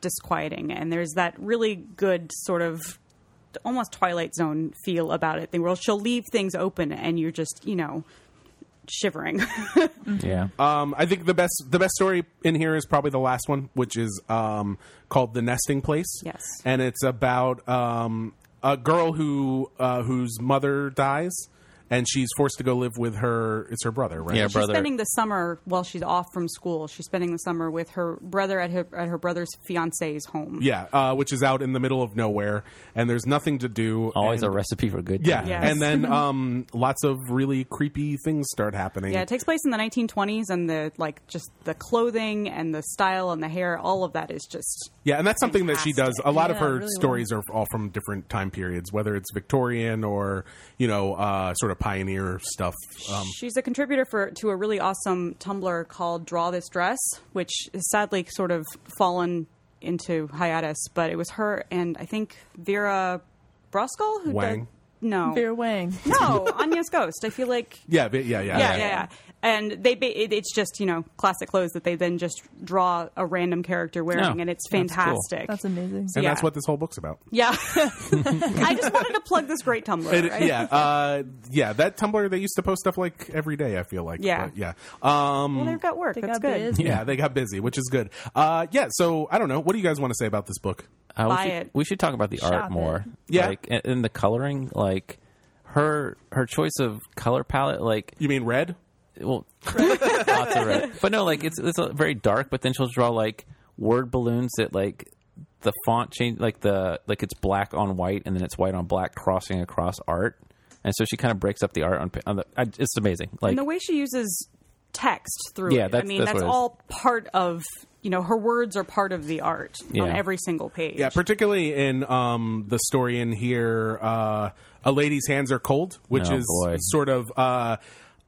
disquieting, and there's that really good sort of almost Twilight Zone feel about it. Thing where she'll leave things open, and you're just you know shivering.
Yeah.
um i think the best the best story in here is probably the last one which is um called the nesting place
Yes.
and it's about um a girl who uh whose mother dies and she's forced to go live with her it's her brother right
Yeah,
she's
brother.
spending the summer while she's off from school. She's spending the summer with her brother at her at her brother's fiance's home.
Yeah, uh, which is out in the middle of nowhere, and there's nothing to do.
Always
and,
a recipe for good.
yeah.
times.
Yes.
And then um, lots of really creepy things start happening.
Yeah, it takes place in the 1920s, and the like, just the clothing and the style and the hair, all of that is just
Yeah, and that's something that she does.
Fantastic.
A lot of
Yeah,
her
really
stories are all from different time periods, whether it's Victorian or you know uh, sort of pioneer stuff. Um,
She's a contributor for to a really awesome Tumblr called Draw This Dress, which is sadly sort of fallen into hiatus. But it was her and I think Vera Bruskell who
Wang?
did no
Beer Wang.
no Anya's Ghost. I feel like
yeah, but- yeah, yeah,
yeah, yeah, yeah. And they ba- it, it's just you know classic clothes that they then just draw a random character wearing,
No,
and it's
that's cool.
fantastic.
That's amazing.
And
Yeah.
that's what this whole book's about.
yeah, I just wanted to plug this great Tumblr.
It-
right?
Yeah, uh, yeah. That Tumblr they used to post stuff like every day. I feel like.
Yeah.
but, yeah. Um,
Well, they've got work.
They
That's
got
good.
biz.
yeah, they got busy, which is good. Uh, yeah. So I don't know. What do you guys want to say about this book?
Uh,
Buy
we, should,
it.
we should talk about the
Shop
art more.
it.
Yeah.
Like and, and the coloring, like her her choice of color palette, like
You mean red?
well lots of red. But no, like it's it's uh, very dark, but then she'll draw like word balloons that like the font change like the like it's black on white and then it's white on black crossing across art. And so she kind of breaks up the art on, pa- on the I- it's amazing. Like
and the way she uses text through
Yeah,
it. I
that's-
mean,
that's
that's,
what it is.
all part of you know her words are part of the art
Yeah.
on every single page.
Yeah, particularly in um, the story in here, uh, a lady's hands are cold, which
Oh,
is
boy.
sort of uh,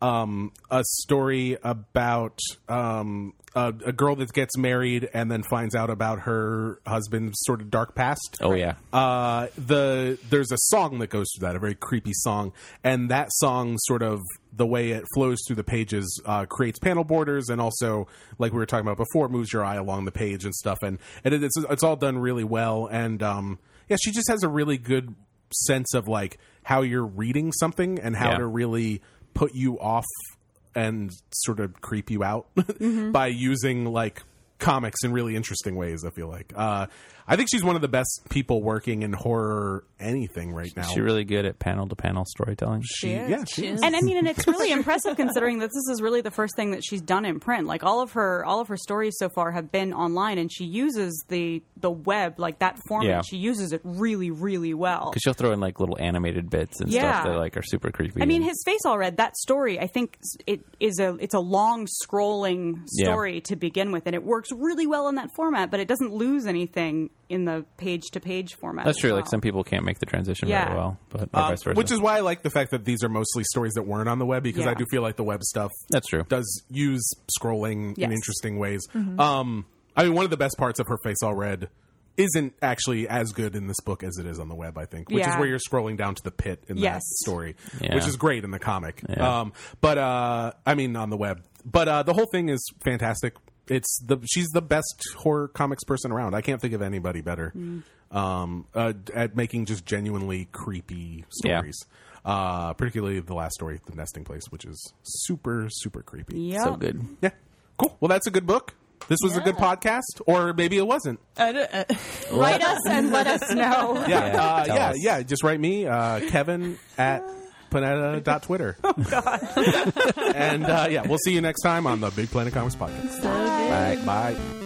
um, a story about um, a, a girl that gets married and then finds out about her husband's sort of dark past.
oh yeah.
Uh, the there's a song that goes through that, a very creepy song, and that song sort of the way it flows through the pages uh, creates panel borders, and also like we were talking about before, moves your eye along the page and stuff, and and it, it's it's all done really well, and um, yeah, she just has a really good sense of like how you're reading something and how
Yeah.
to really put you off and sort of creep you out
Mm-hmm.
by using like comics in really interesting ways i feel like uh, i think she's one of the best people working in horror anything right now
She's really good at panel to panel storytelling.
She- yeah she is.
And I mean, and it's really impressive considering that this is really the first thing that she's done in print. Like all of her, all of her stories so far have been online, and she uses the the web like that format.
Yeah.
She uses it really, really well.
Because she'll throw in like little animated bits and
Yeah.
stuff that like are super creepy.
I mean,
and-
his face all red. That story, I think, s- it is a it's a long scrolling
Yeah.
story to begin with, and it works really well in that format. But it doesn't lose anything in the page to page format.
That's
as
true.
well.
Like some people can't make the transition
Oh. Yeah.
very well, but or
Um,
vice versa.
which is why i like the fact that these are mostly stories that weren't on the web because
Yeah.
i do feel like the web stuff
that's true.
does use scrolling in
Yes. Mm-hmm.
interesting ways. Um, I mean, one of the best parts of her face all red isn't actually as good in this book as it is on the web. I think, which is
Yeah.
where you're scrolling down to the pit in that
Yes.
story,
Yeah.
which is great in the comic.
Yeah.
Um, but uh, I mean, on the web. But uh, the whole thing is fantastic. It's the she's the best horror comics person around. I can't think of anybody better
Mm.
um, uh, at making just genuinely creepy
Yeah.
stories. Uh, particularly the last story, the nesting place, which is super super creepy.
yeah.
So good.
Yeah. Cool. Well, that's a good book. This was a good podcast, or maybe it wasn't.
I don't- uh,
Write us and let us know.
Yeah.
Yeah,
Uh,
tell
yeah.
us.
Yeah. Just write me, uh, Kevin at panetta.twitter. Oh, God. and uh, yeah, we'll see you next time on the Big Planet Comics Podcast. Bye. Bye.